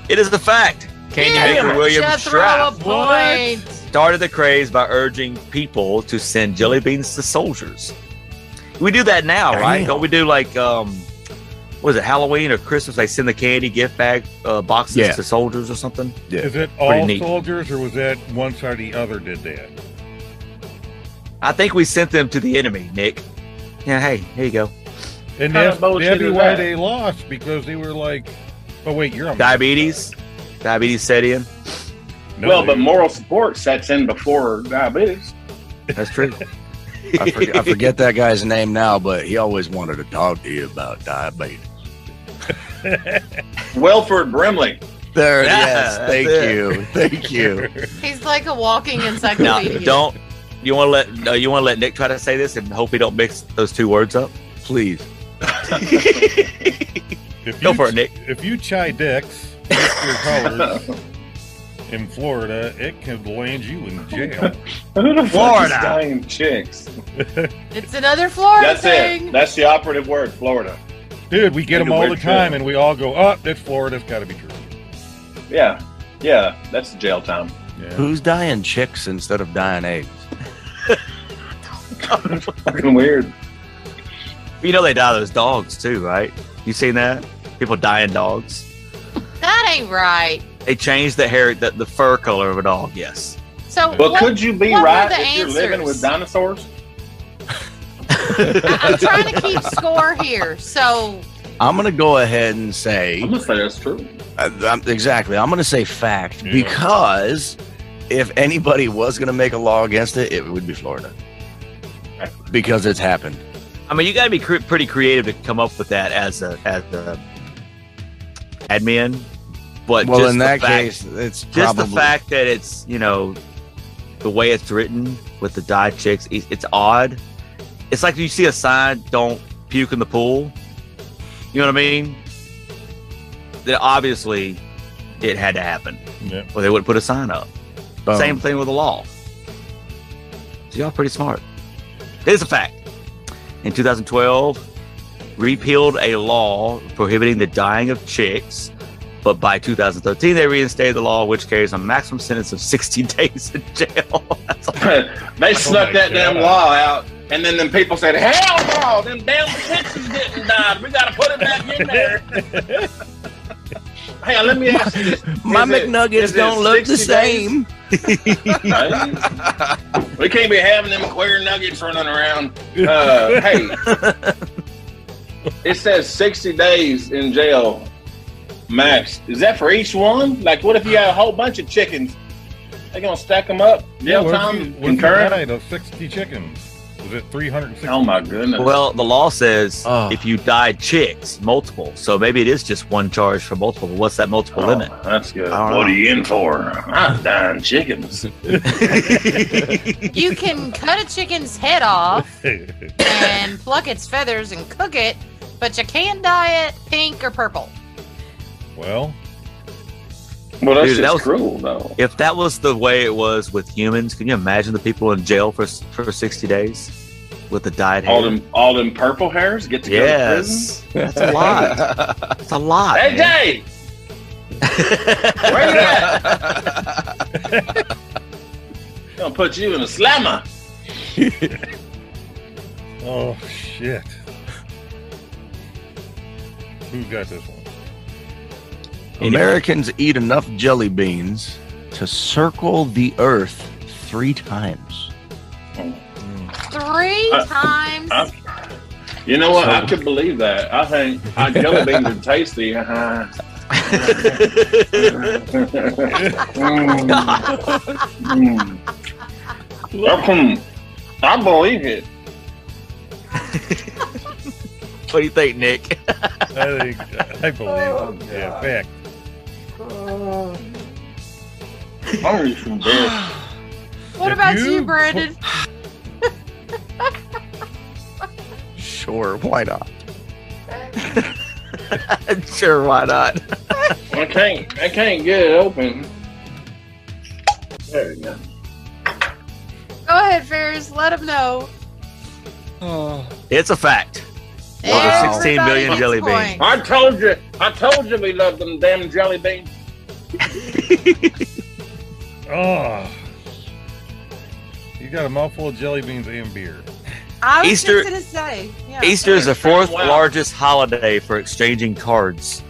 Speaker 3: It is the fact. Candy
Speaker 4: Yeah.
Speaker 3: Maker William
Speaker 4: Jethro, a
Speaker 3: Straff
Speaker 4: point.
Speaker 3: started the craze by urging people to send jelly beans to soldiers. We do that now, right? Don't we do like um, was it Halloween or Christmas? They send the candy gift bag uh, boxes
Speaker 2: Yeah.
Speaker 3: to soldiers or something.
Speaker 1: Is it all
Speaker 3: neat.
Speaker 1: soldiers, or was that one side or the other did that?
Speaker 3: I think we sent them to the enemy, Nick. Yeah, hey, here you go.
Speaker 1: And
Speaker 5: Kinda
Speaker 1: that's,
Speaker 5: bullshit
Speaker 1: that'd be
Speaker 5: is
Speaker 1: why
Speaker 5: that?
Speaker 1: they lost because they were like, "Oh wait, you're on
Speaker 3: Diabetes, diabetes set in.
Speaker 1: No,
Speaker 5: well, but
Speaker 1: they-
Speaker 5: moral support sets in before diabetes.
Speaker 3: That's true.
Speaker 2: I, forget, I forget that guy's name now, but he always wanted to talk to you about diabetes.
Speaker 5: Wilford Brimley.
Speaker 2: There it is.
Speaker 3: Yeah, that's
Speaker 2: Thank
Speaker 3: it.
Speaker 2: you. Thank you.
Speaker 4: He's like a walking
Speaker 3: Now,
Speaker 4: encyclopedia.
Speaker 3: don't you want to let no, you want to let Nick try to say this and hope he don't mix those two words up?
Speaker 2: Please.
Speaker 1: if
Speaker 3: Go
Speaker 1: you-
Speaker 3: for it, Nick.
Speaker 1: If you chai dicks with your colors in Florida, it can land you
Speaker 5: Oh,
Speaker 1: in jail.
Speaker 5: Who the fuck is
Speaker 3: Florida.
Speaker 5: dying chicks?
Speaker 4: It's another Florida
Speaker 5: That's
Speaker 4: thing.
Speaker 5: it. That's the operative word, Florida.
Speaker 1: Dude, we get
Speaker 5: Need
Speaker 1: them
Speaker 5: to
Speaker 1: all
Speaker 5: wear
Speaker 1: the time,
Speaker 5: jail.
Speaker 1: and we all go, "Oh, that's Florida. That's got to be true."
Speaker 5: Yeah. Yeah. That's jail time.
Speaker 1: Yeah.
Speaker 2: Who's dying chicks instead of dying eggs?
Speaker 5: Fucking weird.
Speaker 3: You know they die those dogs too, right? You seen that? People dying dogs.
Speaker 4: that ain't right.
Speaker 3: They changed the hair, the, the fur color of a dog. Yes.
Speaker 4: So
Speaker 5: But
Speaker 4: what-
Speaker 5: could you be
Speaker 4: what were
Speaker 5: right if
Speaker 4: the
Speaker 5: you're living
Speaker 4: answers?
Speaker 5: with dinosaurs?
Speaker 4: I, I'm trying to keep score here. So
Speaker 2: I'm gonna go ahead and say
Speaker 5: I'm gonna say that's true.
Speaker 2: Uh, I'm, exactly. I'm going to say fact
Speaker 1: Yeah.
Speaker 2: because if anybody was going to make a law against it, it would be Florida because it's happened.
Speaker 3: I mean, you got to be cre- pretty creative to come up with that as a as a admin. But
Speaker 2: well,
Speaker 3: just
Speaker 2: in
Speaker 3: the
Speaker 2: that
Speaker 3: fact-
Speaker 2: case, it's
Speaker 3: just
Speaker 2: probably
Speaker 3: the fact that it's you know the way it's written with the die chicks, it, it's odd. It's like you see a sign, "Don't puke in the pool." You know what I mean? That obviously it had to happen,
Speaker 1: Yeah.
Speaker 3: or they would put a sign up.
Speaker 2: boom.
Speaker 3: Same thing with the law. So y'all pretty smart. It is a fact. In 2012, repealed a law prohibiting the dying of chicks, but by 2013 they reinstated the law, which carries a maximum sentence of 60 days in jail. That's all.
Speaker 5: they snuck
Speaker 1: my
Speaker 5: that damn
Speaker 1: God.
Speaker 5: law out, and then them people said, "Hell no, them damn Texas didn't die. We gotta put it back in there." hey, let me ask you this:
Speaker 2: My
Speaker 5: Is it- is
Speaker 2: McNuggets
Speaker 5: it
Speaker 2: don't look the
Speaker 5: 60 days?
Speaker 2: same.
Speaker 5: We can't be having them queer nuggets running around. Uh, hey, it says sixty days in jail max. Is that for each one? Like, what if you had a whole bunch of chickens? They gonna stack them up? Jail
Speaker 1: what if you-
Speaker 5: time
Speaker 1: what if you
Speaker 5: concurrent.
Speaker 1: died of sixty chickens? Was it three hundred and sixty?
Speaker 5: Oh my goodness!
Speaker 3: Well, the law says
Speaker 2: Oh.
Speaker 3: if you die chicks, multiple. So maybe it is just one charge for multiple. But what's that multiple
Speaker 5: Oh,
Speaker 3: limit?
Speaker 5: That's good.
Speaker 3: I don't
Speaker 5: What
Speaker 3: know.
Speaker 5: are you in for? I'm dying chickens.
Speaker 4: you can cut a chicken's head off and pluck its feathers and cook it, but you can't dye it pink or purple.
Speaker 1: well,
Speaker 5: Well, that's
Speaker 3: Dude,
Speaker 5: just
Speaker 3: that was-
Speaker 5: cruel, though.
Speaker 3: If that was the way it was with humans, can you imagine the people in jail for for sixty days with the dyed
Speaker 5: All
Speaker 3: hair?
Speaker 5: them, all them purple hairs get to go to prison.
Speaker 3: Yes, that's a lot. That's a lot.
Speaker 5: Hey,
Speaker 3: man.
Speaker 5: Jay, where you at? Gonna put you in a slammer.
Speaker 1: oh shit. Who got this one?
Speaker 2: Americans eat enough jelly beans to circle the earth three times.
Speaker 1: Mm.
Speaker 4: Three
Speaker 5: Uh,
Speaker 4: times.
Speaker 5: uh, You know what?
Speaker 2: So-
Speaker 5: I could believe that. I think I jelly beans are tasty. Mm. Mm. Mm. I believe it.
Speaker 3: what do you think, Nick?
Speaker 1: I think
Speaker 5: Oh,
Speaker 1: I believe. it. yeah, fact.
Speaker 5: Hungry from bed.
Speaker 4: what
Speaker 1: if
Speaker 4: about you,
Speaker 1: you-
Speaker 4: Brandon?
Speaker 2: Sure, why not?
Speaker 3: sure, why not?
Speaker 5: I can't. I can't get it open. There you go.
Speaker 4: Go ahead, Ferris. Let them know.
Speaker 3: It's a fact.
Speaker 2: Wow.
Speaker 3: 16 billion
Speaker 4: Everybody
Speaker 3: jelly
Speaker 4: gets
Speaker 3: beans.
Speaker 4: points.
Speaker 5: I told you. I told you we love them damn jelly beans.
Speaker 1: Oh. You got a mouthful of jelly beans and beer.
Speaker 4: I was
Speaker 3: Easter-
Speaker 4: just gonna say. Yeah.
Speaker 3: Easter is the fourth
Speaker 5: Wow.
Speaker 3: largest holiday for exchanging cards.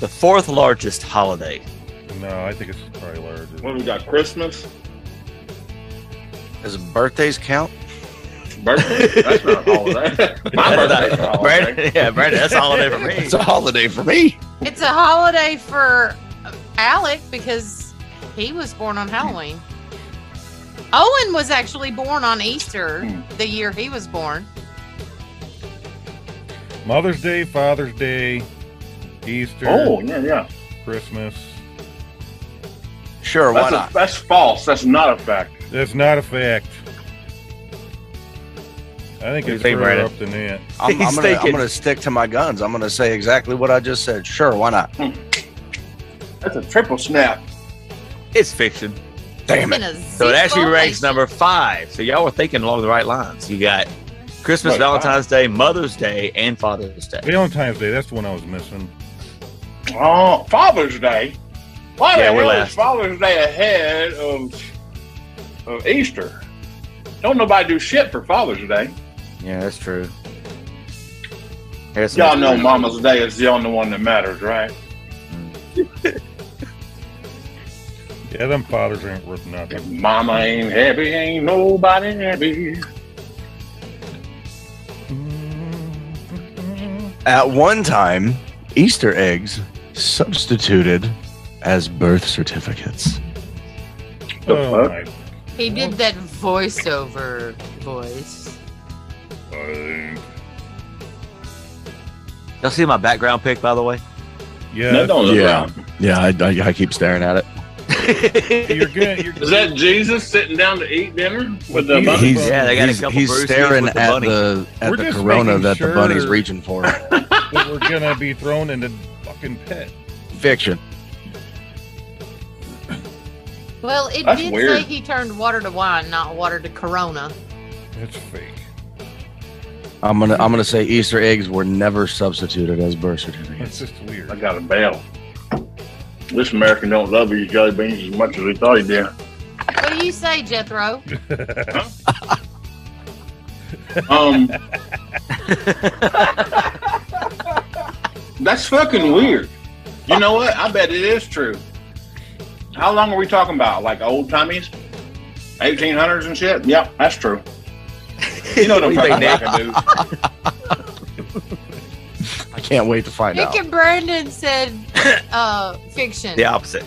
Speaker 3: The fourth largest holiday.
Speaker 1: No, I think it's probably larger.
Speaker 5: What we got? Christmas,
Speaker 2: Does birthdays count?
Speaker 5: birthday. That's not a holiday. My birthday's not a holiday.
Speaker 3: Brandon, yeah, Brandon, that's a holiday for me.
Speaker 2: It's a holiday for me.
Speaker 4: It's a holiday for Alec because he was born on Halloween. Owen was actually born on Easter the year he was born.
Speaker 1: Mother's Day, Father's Day, Easter,
Speaker 5: Oh yeah, yeah.
Speaker 1: Christmas.
Speaker 2: Sure, why
Speaker 5: That's,
Speaker 2: not?
Speaker 5: a, that's false. That's not a fact.
Speaker 1: That's not a fact. I think
Speaker 3: What do you
Speaker 1: it's
Speaker 3: think,
Speaker 1: further
Speaker 3: Brandon?
Speaker 1: up than that.
Speaker 2: I'm, I'm
Speaker 3: He's
Speaker 2: gonna, I'm
Speaker 3: thinking.
Speaker 2: gonna stick to my guns. I'm gonna say exactly what I just said. Sure, why not?
Speaker 5: That's a triple snap.
Speaker 3: It's fiction.
Speaker 2: Damn it!
Speaker 4: In a
Speaker 3: So it actually
Speaker 4: zip
Speaker 3: ranks
Speaker 4: line.
Speaker 3: number five. So y'all were thinking along the right lines. You got Christmas,
Speaker 5: Right.
Speaker 3: Valentine's Day, Mother's Day, and Father's Day.
Speaker 1: Valentine's Day, that's the one I was missing.
Speaker 5: Oh, Father's Day. Why
Speaker 3: Yeah,
Speaker 5: the
Speaker 3: we're
Speaker 5: hell
Speaker 3: last.
Speaker 5: is Father's Day ahead of of Easter? Don't nobody do shit for Father's Day.
Speaker 3: Yeah, that's true. Here's some-
Speaker 5: Y'all know Mama's Day is the only one that matters, right?
Speaker 1: Yeah, them fathers ain't worth nothing.
Speaker 5: Mama ain't happy, ain't nobody happy.
Speaker 2: At one time, Easter eggs substituted as birth certificates.
Speaker 5: The
Speaker 1: oh
Speaker 5: fuck?
Speaker 1: my
Speaker 4: He did that voiceover voice.
Speaker 1: god.
Speaker 3: Y'all see my background pic, by the way?
Speaker 1: Yeah.
Speaker 5: That don't look
Speaker 2: Yeah.
Speaker 5: right.
Speaker 2: Yeah, I, I, I keep staring at it.
Speaker 1: You're good. You're
Speaker 5: Is that Jesus sitting down to eat dinner with the
Speaker 1: He's-
Speaker 5: bunny?
Speaker 2: He's,
Speaker 3: Yeah, they got a
Speaker 2: he's,
Speaker 3: couple
Speaker 2: he's
Speaker 3: Bruce Lees
Speaker 2: staring
Speaker 3: with the
Speaker 2: at
Speaker 3: bunny.
Speaker 2: the at
Speaker 1: We're
Speaker 2: the
Speaker 1: just
Speaker 2: corona
Speaker 1: making
Speaker 2: that the bunny's
Speaker 1: sure-
Speaker 2: reaching for.
Speaker 1: that we're gonna be thrown into fucking pit.
Speaker 2: Fiction.
Speaker 4: Well, it
Speaker 5: That's
Speaker 4: did
Speaker 5: weird.
Speaker 4: say he turned water to wine, not water to Corona.
Speaker 1: It's fake.
Speaker 2: I'm gonna I'm gonna say Easter eggs were never substituted as birth certificates.
Speaker 1: It's just weird.
Speaker 5: I got a bail. This American don't love these jelly beans as much as we thought he did.
Speaker 4: What do you say, Jethro?
Speaker 5: Um, that's fucking weird. You know what? I bet it is true. How long are we talking about? Like old timies, eighteen hundreds and shit. Yep, that's true. You know
Speaker 3: What
Speaker 5: what
Speaker 3: do you think,
Speaker 5: I'm
Speaker 3: Nick?
Speaker 5: talking about,
Speaker 2: I can't wait to find
Speaker 4: Nick
Speaker 2: out.
Speaker 4: and Brandon said uh, fiction.
Speaker 3: The opposite.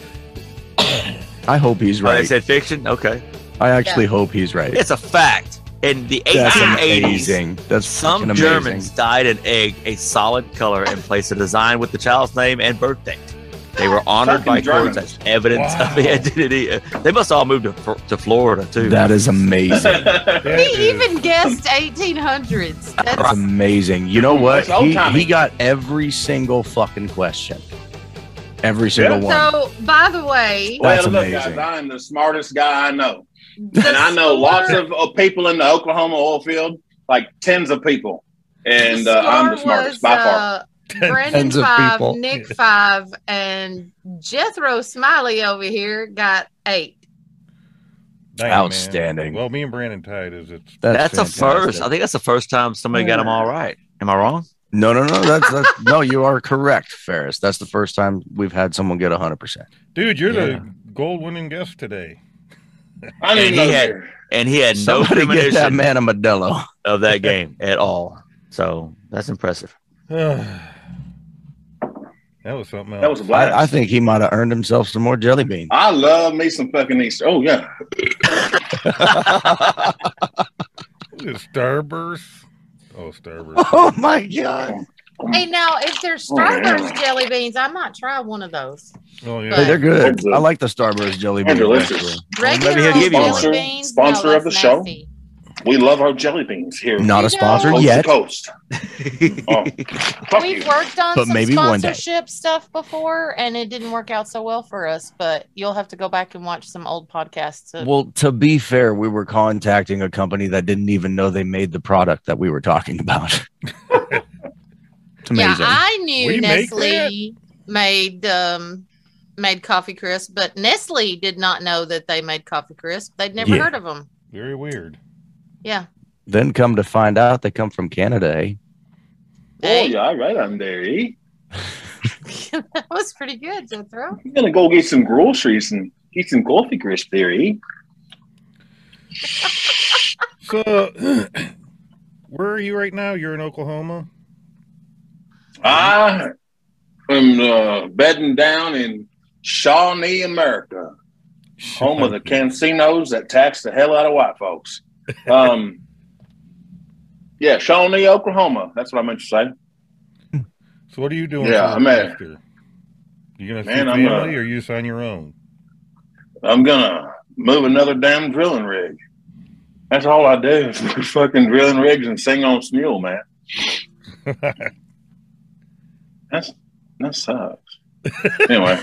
Speaker 2: I hope he's
Speaker 3: Oh, they
Speaker 2: right.
Speaker 3: said fiction? Okay.
Speaker 2: I actually hope he's right.
Speaker 3: It's a fact. In the
Speaker 2: That's
Speaker 3: 1880s,
Speaker 2: amazing. That's
Speaker 3: some
Speaker 2: fucking amazing.
Speaker 3: Germans dyed an egg a solid color and placed a design with the child's name and birth date. They were honored
Speaker 5: Fucking
Speaker 3: by courts
Speaker 5: Germans.
Speaker 3: as evidence of the
Speaker 1: Wow.
Speaker 3: identity. They must all move to, Fl- to Florida too.
Speaker 2: That is amazing.
Speaker 5: dude.
Speaker 1: That is-
Speaker 4: He even guessed 1800s.
Speaker 3: Oh,
Speaker 4: That's
Speaker 2: That's amazing. You know what?
Speaker 5: That's old
Speaker 2: He,
Speaker 5: timey.
Speaker 2: he got every single fucking question. Every single one.
Speaker 4: So, by the way,
Speaker 2: That's
Speaker 5: well, look,
Speaker 2: amazing.
Speaker 5: guys, I'm the smartest guy I know,
Speaker 4: the
Speaker 5: and I know
Speaker 4: score-
Speaker 5: lots of, of people in the Oklahoma oil field, like tens of people, and uh, I'm the
Speaker 4: score
Speaker 5: smartest
Speaker 4: was,
Speaker 5: by far.
Speaker 4: uh, Brandon
Speaker 2: Tens of
Speaker 4: five,
Speaker 2: people.
Speaker 1: Yeah.
Speaker 4: Nick five, and Jethro Smiley over here got eight.
Speaker 1: Dang, man.
Speaker 2: Outstanding.
Speaker 1: Well, me and Brandon tied is it's
Speaker 3: That's, a first.
Speaker 2: fantastic.
Speaker 3: I think that's the first time somebody got them all right. Am I wrong?
Speaker 2: No, no, no. That's, that's no. You are correct, Ferris. That's the first time we've had someone get hundred percent.
Speaker 1: dude. You're
Speaker 3: Yeah.
Speaker 1: the gold winning guest today.
Speaker 5: I didn't
Speaker 3: And
Speaker 5: know
Speaker 3: he had-
Speaker 5: there.
Speaker 3: And he had no
Speaker 2: Somebody get that
Speaker 3: premonition
Speaker 2: man a Modelo.
Speaker 3: of that game at all. So that's impressive.
Speaker 1: that was something else.
Speaker 5: That was a blast.
Speaker 2: I, I think he might have earned himself some more jelly bean.
Speaker 5: I love me some fucking Easter. Oh yeah,
Speaker 1: Is it Starburst. Oh, Starburst.
Speaker 2: Oh my god!
Speaker 4: Hey, now if there's
Speaker 5: Oh, yeah.
Speaker 4: Starburst jelly beans, I might try one of those.
Speaker 1: Oh yeah.
Speaker 2: Hey, they're good.
Speaker 5: They're good.
Speaker 2: I like the Starburst jelly
Speaker 5: They're
Speaker 2: bean.
Speaker 5: delicious.
Speaker 2: actually.
Speaker 4: Regular
Speaker 3: maybe he'll
Speaker 4: old
Speaker 3: give you
Speaker 4: jelly
Speaker 3: one.
Speaker 5: Sponsor-
Speaker 4: beans.
Speaker 5: sponsor
Speaker 4: no,
Speaker 5: of
Speaker 4: that's
Speaker 5: the show.
Speaker 4: nasty.
Speaker 5: We love our jelly beans here.
Speaker 2: Not
Speaker 4: You
Speaker 2: a sponsor
Speaker 5: coast
Speaker 2: yet.
Speaker 5: To coast. Oh, fuck you.
Speaker 4: We've worked on
Speaker 2: But
Speaker 4: some
Speaker 2: maybe one day.
Speaker 4: sponsorship stuff before, and it didn't work out so well for us. But you'll have to go back and watch some old podcasts. to-
Speaker 2: Well, to be fair, we were contacting a company that didn't even know they made the product that we were talking about. it's
Speaker 4: yeah,
Speaker 2: amazing.
Speaker 4: I knew
Speaker 1: We make
Speaker 4: Nestle made um made coffee crisp, but Nestle did not know that they made coffee crisp. They'd never
Speaker 2: Yeah.
Speaker 4: heard of them.
Speaker 1: Very weird.
Speaker 4: Yeah.
Speaker 2: then come to find out they come from Canada. Eh?
Speaker 5: Oh, yeah, all right, I'm there. Eh?
Speaker 4: that was pretty good, Jethro.
Speaker 5: I'm gonna go get some groceries and eat some coffee crisp there. Eh?
Speaker 1: So, where are you right now? You're in Oklahoma.
Speaker 5: I am uh, bedding down in Shawnee, America. home of the casinos that tax the hell out of white folks. Um, yeah, Shawnee, Oklahoma. That's what I meant to say.
Speaker 1: So, what are you doing?
Speaker 5: Yeah,
Speaker 1: for
Speaker 5: I'm at-
Speaker 1: Easter? You gonna see
Speaker 5: Man, I'm,
Speaker 1: family,
Speaker 5: uh,
Speaker 1: or you just on your own?
Speaker 5: I'm gonna move another damn drilling rig. That's all I do is move fucking drilling rigs and sing on Smule, man. That's that sucks. anyway,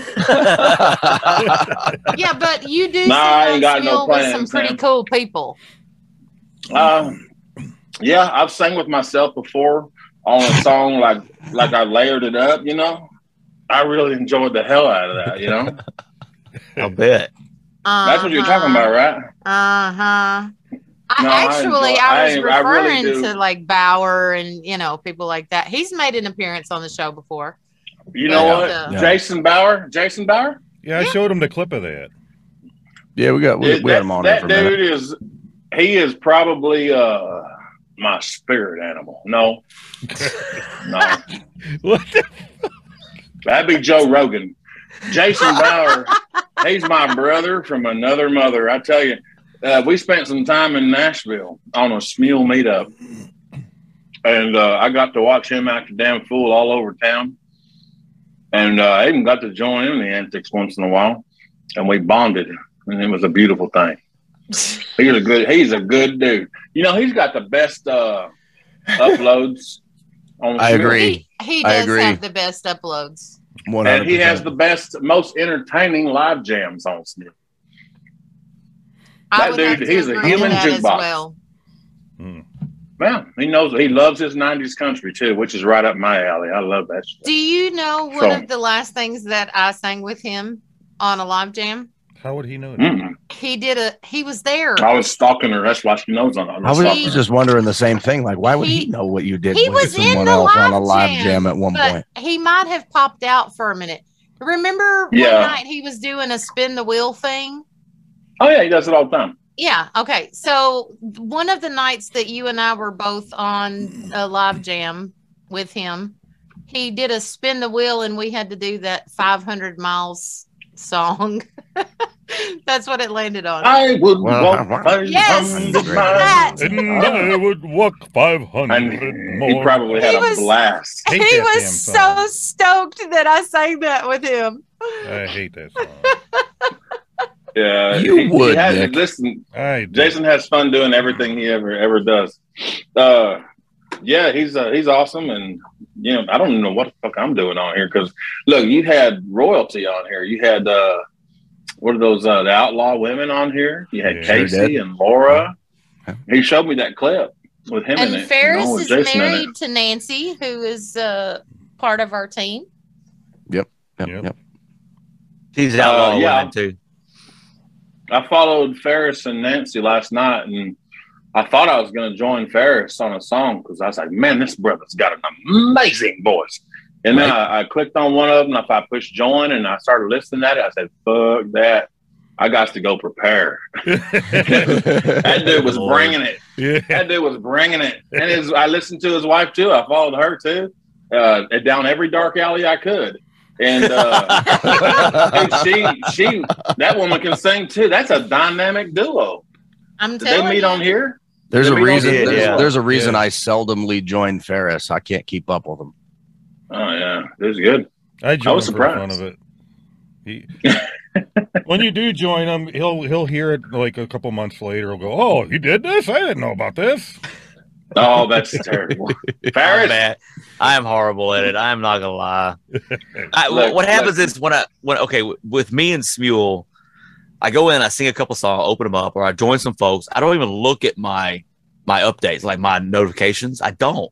Speaker 4: Yeah, but you do
Speaker 5: Nah, I
Speaker 4: sit down
Speaker 5: ain't got no
Speaker 4: still with
Speaker 5: plans,
Speaker 4: some pretty
Speaker 5: man.
Speaker 4: cool people.
Speaker 5: um, yeah, I've sang with myself before on a song like like I layered it up. You know, I really enjoyed the hell out of that. You know,
Speaker 3: I'll bet.
Speaker 5: that's what you're talking
Speaker 4: Uh-huh.
Speaker 5: about, right?
Speaker 4: Uh huh. I
Speaker 5: No, I
Speaker 4: actually,
Speaker 5: enjoy-
Speaker 4: I,
Speaker 5: I
Speaker 4: was
Speaker 5: ain't- I really
Speaker 4: referring
Speaker 5: do.
Speaker 4: to like Bauer and you know people like that. He's made an appearance on the show before.
Speaker 5: You know
Speaker 4: Yeah.
Speaker 5: what?
Speaker 4: Yeah.
Speaker 5: Jason Bauer. Jason Bauer.
Speaker 1: Yeah, I
Speaker 4: Yeah.
Speaker 1: showed him the clip of that.
Speaker 2: yeah, we got we,
Speaker 5: Dude,
Speaker 2: we had them on there
Speaker 5: that
Speaker 2: for a
Speaker 5: dude
Speaker 2: minute.
Speaker 5: is. He is probably uh my spirit animal. No, no,
Speaker 1: What the-
Speaker 5: that'd be Joe Rogan. Jason Bauer. He's my brother from another mother. I tell you, uh, we spent some time in Nashville on a Smule meetup, and uh, I got to watch him act a damn fool all over town. And uh, I even got to join in the antics once in a while, and we bonded, and it was a beautiful thing. He's a good. He's a good dude. You know, he's got the best uh, uploads. On
Speaker 2: I
Speaker 5: Smule.
Speaker 2: agree.
Speaker 4: He, he
Speaker 2: I
Speaker 4: does
Speaker 2: agree.
Speaker 4: have the best uploads.
Speaker 5: and he
Speaker 2: 100%.
Speaker 5: has the best, most entertaining live jams on Smule.
Speaker 4: I
Speaker 5: That
Speaker 4: would
Speaker 5: dude,
Speaker 4: have to
Speaker 5: he's a
Speaker 4: agree with
Speaker 5: human
Speaker 4: that as
Speaker 5: jukebox.
Speaker 4: well.
Speaker 1: Hmm.
Speaker 5: Man, he knows he loves his '90s country too, which is right up my alley. I love that. Shit.
Speaker 4: Do you know one
Speaker 5: So-
Speaker 4: of the last things that I sang with him on a live jam?
Speaker 1: How would he know? That?
Speaker 5: Mm.
Speaker 4: He did a. He was there.
Speaker 5: I was stalking her. That's why she knows I'm, I'm
Speaker 2: I was
Speaker 5: stalking her.
Speaker 2: just wondering the same thing. Like, why would he,
Speaker 4: He-
Speaker 2: know what you did
Speaker 4: he
Speaker 2: with
Speaker 4: was in
Speaker 2: someone
Speaker 4: the
Speaker 2: else on a
Speaker 4: live
Speaker 2: live
Speaker 4: jam,
Speaker 2: jam, at one
Speaker 4: but
Speaker 2: point?
Speaker 4: he might have popped out for a minute. Remember
Speaker 5: Yeah.
Speaker 4: one night he was doing a spin the wheel thing?
Speaker 5: oh yeah, he does it all the time.
Speaker 4: Yeah. Okay. So one of the nights that you and I were both on a live jam with him, he did a spin the wheel and we had to do that 500 miles song. That's what it landed on.
Speaker 5: I would
Speaker 2: Well,
Speaker 5: walk
Speaker 2: wow.
Speaker 5: 500
Speaker 4: Yes,
Speaker 5: miles.
Speaker 4: that.
Speaker 1: And I would walk five hundred
Speaker 5: And
Speaker 1: more.
Speaker 5: Mm. he probably had
Speaker 4: He
Speaker 5: a
Speaker 4: was-
Speaker 5: blast.
Speaker 1: hate
Speaker 4: he
Speaker 1: that damn
Speaker 4: was so
Speaker 1: song.
Speaker 4: stoked that I sang that with him.
Speaker 1: I hate that song.
Speaker 5: Yeah,
Speaker 2: You
Speaker 5: he,
Speaker 2: would,
Speaker 5: He had,
Speaker 2: Nick.
Speaker 5: Listen,
Speaker 1: I
Speaker 5: Jason has fun doing everything he ever ever does. Uh, yeah, he's uh, he's awesome, and you know I don't even know what the fuck I'm doing on here because look, you had royalty on here. You had uh, what are those uh, the outlaw women on here? You had
Speaker 1: Yeah. Sure
Speaker 5: Casey
Speaker 2: did.
Speaker 5: and Laura.
Speaker 2: Yeah.
Speaker 5: He showed me that clip with him in
Speaker 4: and
Speaker 5: it.
Speaker 4: Ferris
Speaker 5: you know, with
Speaker 4: is
Speaker 5: Jason in it.
Speaker 4: married to Nancy, who is uh, part of our team.
Speaker 2: Yep,
Speaker 1: Yep.
Speaker 2: yep.
Speaker 3: He's outlaw
Speaker 5: Uh, yeah.
Speaker 3: women too.
Speaker 5: I followed Ferris and Nancy last night, and I thought I was going to join Ferris on a song because I was like, man, this brother's got an amazing voice. And then I, I clicked on one of them. If I pushed join and I started listening at it, I said, fuck that. I got to go prepare.
Speaker 1: did.
Speaker 5: That dude was
Speaker 3: Lord.
Speaker 5: bringing it.
Speaker 1: yeah.
Speaker 5: That dude was bringing it. And his, I listened to his wife too. I followed her too, uh, down every dark alley I could. And, uh, dude, she, she, that woman can sing too. That's a dynamic duo.
Speaker 4: I'm
Speaker 5: Did they
Speaker 4: telling
Speaker 5: meet
Speaker 4: you.
Speaker 5: on here?
Speaker 2: there's a
Speaker 5: Maybe
Speaker 2: reason.
Speaker 3: don't do it,
Speaker 2: There's,
Speaker 3: yeah.
Speaker 2: there's a reason
Speaker 1: Yeah.
Speaker 2: I seldomly join Ferris. I can't keep up with him.
Speaker 5: Oh yeah, it was good.
Speaker 1: I joined
Speaker 5: I was
Speaker 1: him for the fun
Speaker 5: surprised.
Speaker 1: of it. He, when you do join him, he'll he'll hear it like a couple months later. He'll go, "Oh, you did this? I didn't know about this."
Speaker 5: Oh, that's terrible.
Speaker 3: I'm
Speaker 5: Farris,
Speaker 3: bad. I am horrible at it. I'm not gonna lie. I,
Speaker 5: Look,
Speaker 3: what happens
Speaker 5: look.
Speaker 3: is when I when okay w- with me and Smule, I go in, I sing a couple songs, open them up, or I join some folks. I don't even look at my my updates, like my notifications. I don't,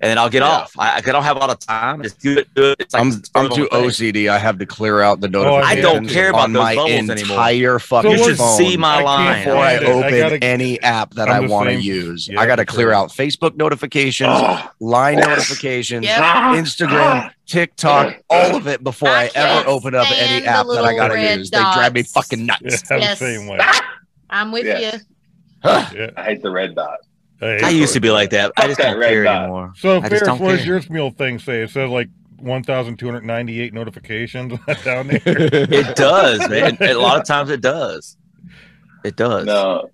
Speaker 3: and then I'll get
Speaker 5: Yeah.
Speaker 3: off. I, I don't have all the time. Just do it. Do it. It's like
Speaker 2: I'm,
Speaker 3: it's
Speaker 2: I'm
Speaker 3: the
Speaker 2: too
Speaker 3: whole thing.
Speaker 2: OCD. I have to clear out the
Speaker 1: Oh,
Speaker 2: notifications.
Speaker 1: I don't care
Speaker 3: about
Speaker 2: on
Speaker 3: those
Speaker 2: my
Speaker 3: bubbles
Speaker 2: entire
Speaker 3: anymore.
Speaker 2: fucking
Speaker 1: You should
Speaker 2: phone
Speaker 3: Uh, see my
Speaker 1: I can't
Speaker 3: line.
Speaker 2: before I
Speaker 1: stand it.
Speaker 2: open
Speaker 1: gotta-
Speaker 2: any app that
Speaker 1: I'm
Speaker 2: i
Speaker 1: the
Speaker 2: want to
Speaker 1: same.
Speaker 2: use.
Speaker 1: Yeah,
Speaker 2: I got to
Speaker 1: for
Speaker 2: clear
Speaker 1: sure.
Speaker 2: out Facebook notifications,
Speaker 5: oh,
Speaker 2: line
Speaker 5: Yes.
Speaker 2: notifications,
Speaker 4: Yep.
Speaker 2: Instagram, TikTok, all of it before
Speaker 4: I
Speaker 2: I, ever
Speaker 4: can't
Speaker 2: open up any
Speaker 4: stand the
Speaker 2: app that I
Speaker 4: little
Speaker 2: got to
Speaker 4: red
Speaker 2: use. They drive me
Speaker 4: dots.
Speaker 2: fucking
Speaker 1: Yeah,
Speaker 2: nuts.
Speaker 1: I'm
Speaker 4: Yes.
Speaker 1: the same way.
Speaker 4: I'm with you.
Speaker 5: Yes.
Speaker 1: Yeah,
Speaker 5: I hate the red dot.
Speaker 3: I
Speaker 1: I-
Speaker 3: used to be like that. I
Speaker 5: Fuck
Speaker 3: just
Speaker 5: that
Speaker 3: don't
Speaker 5: red
Speaker 3: care
Speaker 5: dot.
Speaker 3: anymore.
Speaker 1: so
Speaker 3: I just
Speaker 1: Ferris,
Speaker 3: don't
Speaker 1: what does
Speaker 3: care.
Speaker 1: your meal thing say? It says like 1,298 notifications down there.
Speaker 3: It does, man. a lot of times it does. It does.
Speaker 5: No,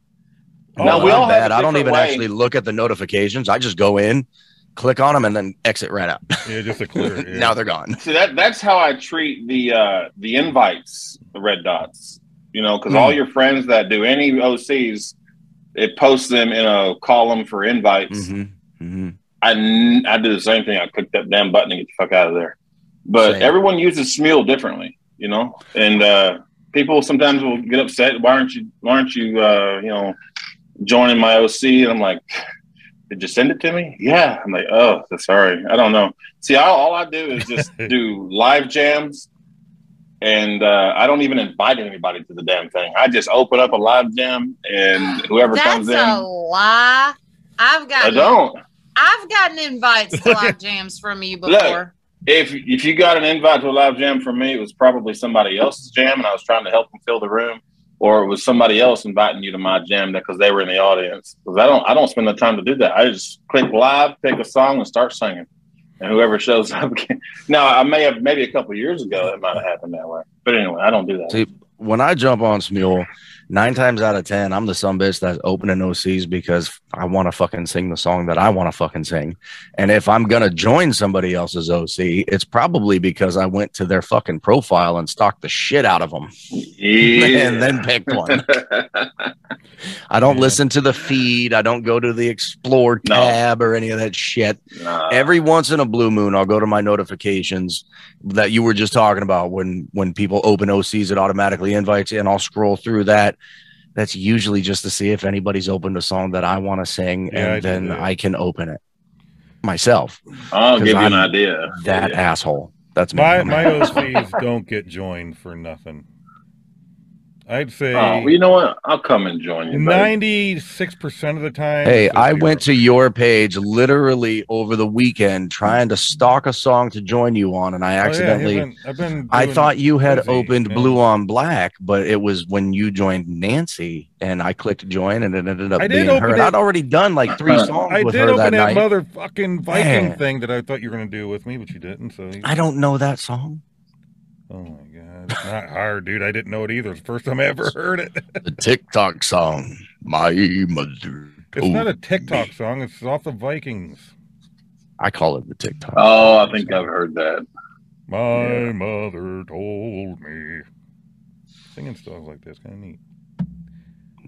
Speaker 1: Oh,
Speaker 5: Now,
Speaker 2: No,
Speaker 5: we
Speaker 2: I'm
Speaker 5: all have
Speaker 2: bad.
Speaker 5: a
Speaker 2: I don't
Speaker 5: different
Speaker 2: even
Speaker 5: way.
Speaker 2: actually look at the notifications. I just go in, click on them, and then exit right out.
Speaker 1: yeah, just a clear. Yeah.
Speaker 2: now they're gone.
Speaker 5: see that that's how I treat the uh, the invites, the red dots. You know, because all your friends that do any OCs, it posts them in a column for
Speaker 2: Mm-hmm.
Speaker 5: invites. I, n- I do the same thing. I click that damn button and get the fuck out of there. But
Speaker 3: Same.
Speaker 5: everyone uses Smule differently, you know, and uh, people sometimes will get upset. Why aren't you? Why aren't you? Uh, you know, joining my OC? And I'm like, did you send it to me? Yeah. I'm like, oh, sorry, I don't know. See, I, all I do is just do live jams, and uh, I don't even invite anybody to the damn thing. I just open up a live jam, and whoever
Speaker 4: That's
Speaker 5: comes in,
Speaker 4: a lie. I've
Speaker 5: I
Speaker 4: gotten
Speaker 5: don't.
Speaker 4: I've gotten invites to live jams from you
Speaker 5: Look.
Speaker 4: before.
Speaker 5: if if you got an invite to a live jam from me, it was probably somebody else's jam, and I was trying to help them fill the room, or it was somebody else inviting you to my jam because they were in the audience. Because I don't I don't spend the time to do that. I just click live, pick a song, and start singing, and whoever shows up. can- now I may have maybe a couple years ago it might have happened that way, but anyway, I don't do that.
Speaker 2: See, when I jump on Smule, nine times out of ten, I'm the some bitch that's opening OCs because I want to fucking sing the song that I want to fucking sing. And if I'm gonna join somebody else's OC, it's probably because I went to their fucking profile and stalked the shit out of them and then picked one. I don't
Speaker 1: Yeah.
Speaker 2: listen to the feed. I don't go to the explore
Speaker 5: No.
Speaker 2: tab or any of that shit.
Speaker 1: Uh,
Speaker 5: Nah.
Speaker 2: every once in a blue moon i'll go to my notifications that you were just talking about when when people open ocs it automatically invites you, and i'll scroll through that that's usually just to see if anybody's opened a song that i want to sing
Speaker 1: Yeah,
Speaker 2: and
Speaker 1: I do
Speaker 2: then
Speaker 1: that.
Speaker 2: i can open it myself
Speaker 5: I'll
Speaker 2: 'cause
Speaker 5: give you
Speaker 2: I'm
Speaker 5: an idea.
Speaker 2: that asshole that's me
Speaker 1: My my OCs don't get joined for nothing. I'd say
Speaker 5: Oh, well, you know what? I'll come and join you. buddy.
Speaker 1: ninety-six percent of the time.
Speaker 2: Hey,
Speaker 1: it's a
Speaker 2: I
Speaker 1: zero.
Speaker 2: went to your page literally over the weekend trying to stalk a song to join you on, and I
Speaker 1: Oh, yeah, I've
Speaker 2: accidentally
Speaker 1: been- I've been
Speaker 2: I
Speaker 1: doing-
Speaker 2: thought you had
Speaker 1: busy,
Speaker 2: opened
Speaker 1: yeah.
Speaker 2: Blue on Black, but it was when you joined Nancy, and I clicked join, and it ended up
Speaker 1: I did
Speaker 2: being her.
Speaker 1: open
Speaker 2: And
Speaker 1: it-
Speaker 2: I'd already done like three
Speaker 5: I
Speaker 2: songs
Speaker 1: I
Speaker 2: with
Speaker 1: did
Speaker 2: her
Speaker 1: open
Speaker 2: that
Speaker 1: that,
Speaker 2: night.
Speaker 1: motherfucking Viking
Speaker 2: Man.
Speaker 1: thing that I thought you were gonna do with me, but you didn't. So, you-
Speaker 2: I don't know that song.
Speaker 1: oh my god, it's not hard, dude. I didn't know it either. It's the first time I ever heard it.
Speaker 2: The TikTok song, my mother.
Speaker 1: It's not a TikTok song. It's off the Vikings.
Speaker 2: I call it the TikTok.
Speaker 5: Oh, I think I've heard that.
Speaker 1: My mother told me. Singing stuff like that's kind of neat.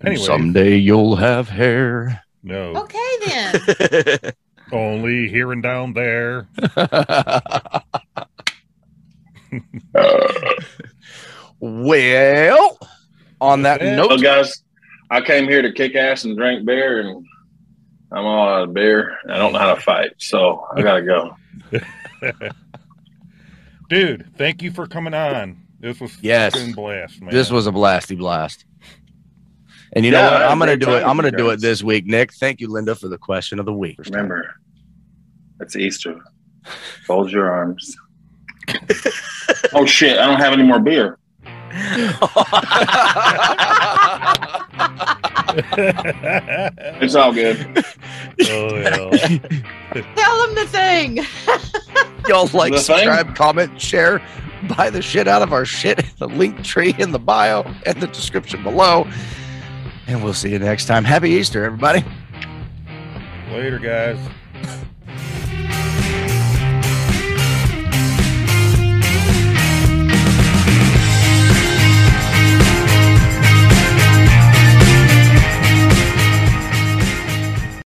Speaker 1: Anyway,
Speaker 2: someday you'll have hair.
Speaker 1: no,
Speaker 4: Okay then.
Speaker 1: only here and down there.
Speaker 5: Uh,
Speaker 2: well, on that
Speaker 1: Well,
Speaker 2: note,
Speaker 5: Well, guys, I came here to kick ass and drink beer, and I'm all out of beer. I don't know how to fight, so I gotta go.
Speaker 1: Dude, thank you for coming on. This was
Speaker 2: Yes.
Speaker 1: fucking blast, man.
Speaker 2: This was a blasty blast. And you know
Speaker 5: Yeah,
Speaker 2: what?
Speaker 5: I had
Speaker 2: I'm
Speaker 5: a
Speaker 2: gonna
Speaker 5: great
Speaker 2: do it.
Speaker 5: time
Speaker 2: I'm gonna
Speaker 5: with you
Speaker 2: do it
Speaker 5: guys.
Speaker 2: this week, Nick. Thank you, Linda, for the question of the week.
Speaker 5: Remember, it's Easter. Fold your arms. oh shit! I don't have any more beer.
Speaker 1: it's
Speaker 5: It's all good.
Speaker 1: oh, yeah.
Speaker 4: Tell them the thing.
Speaker 2: Y'all like,
Speaker 5: The thing?
Speaker 2: subscribe, comment, share, buy the shit out of our shit. The link tree in the bio and the description below. And we'll see you next time. Happy Easter, everybody.
Speaker 1: Later, guys.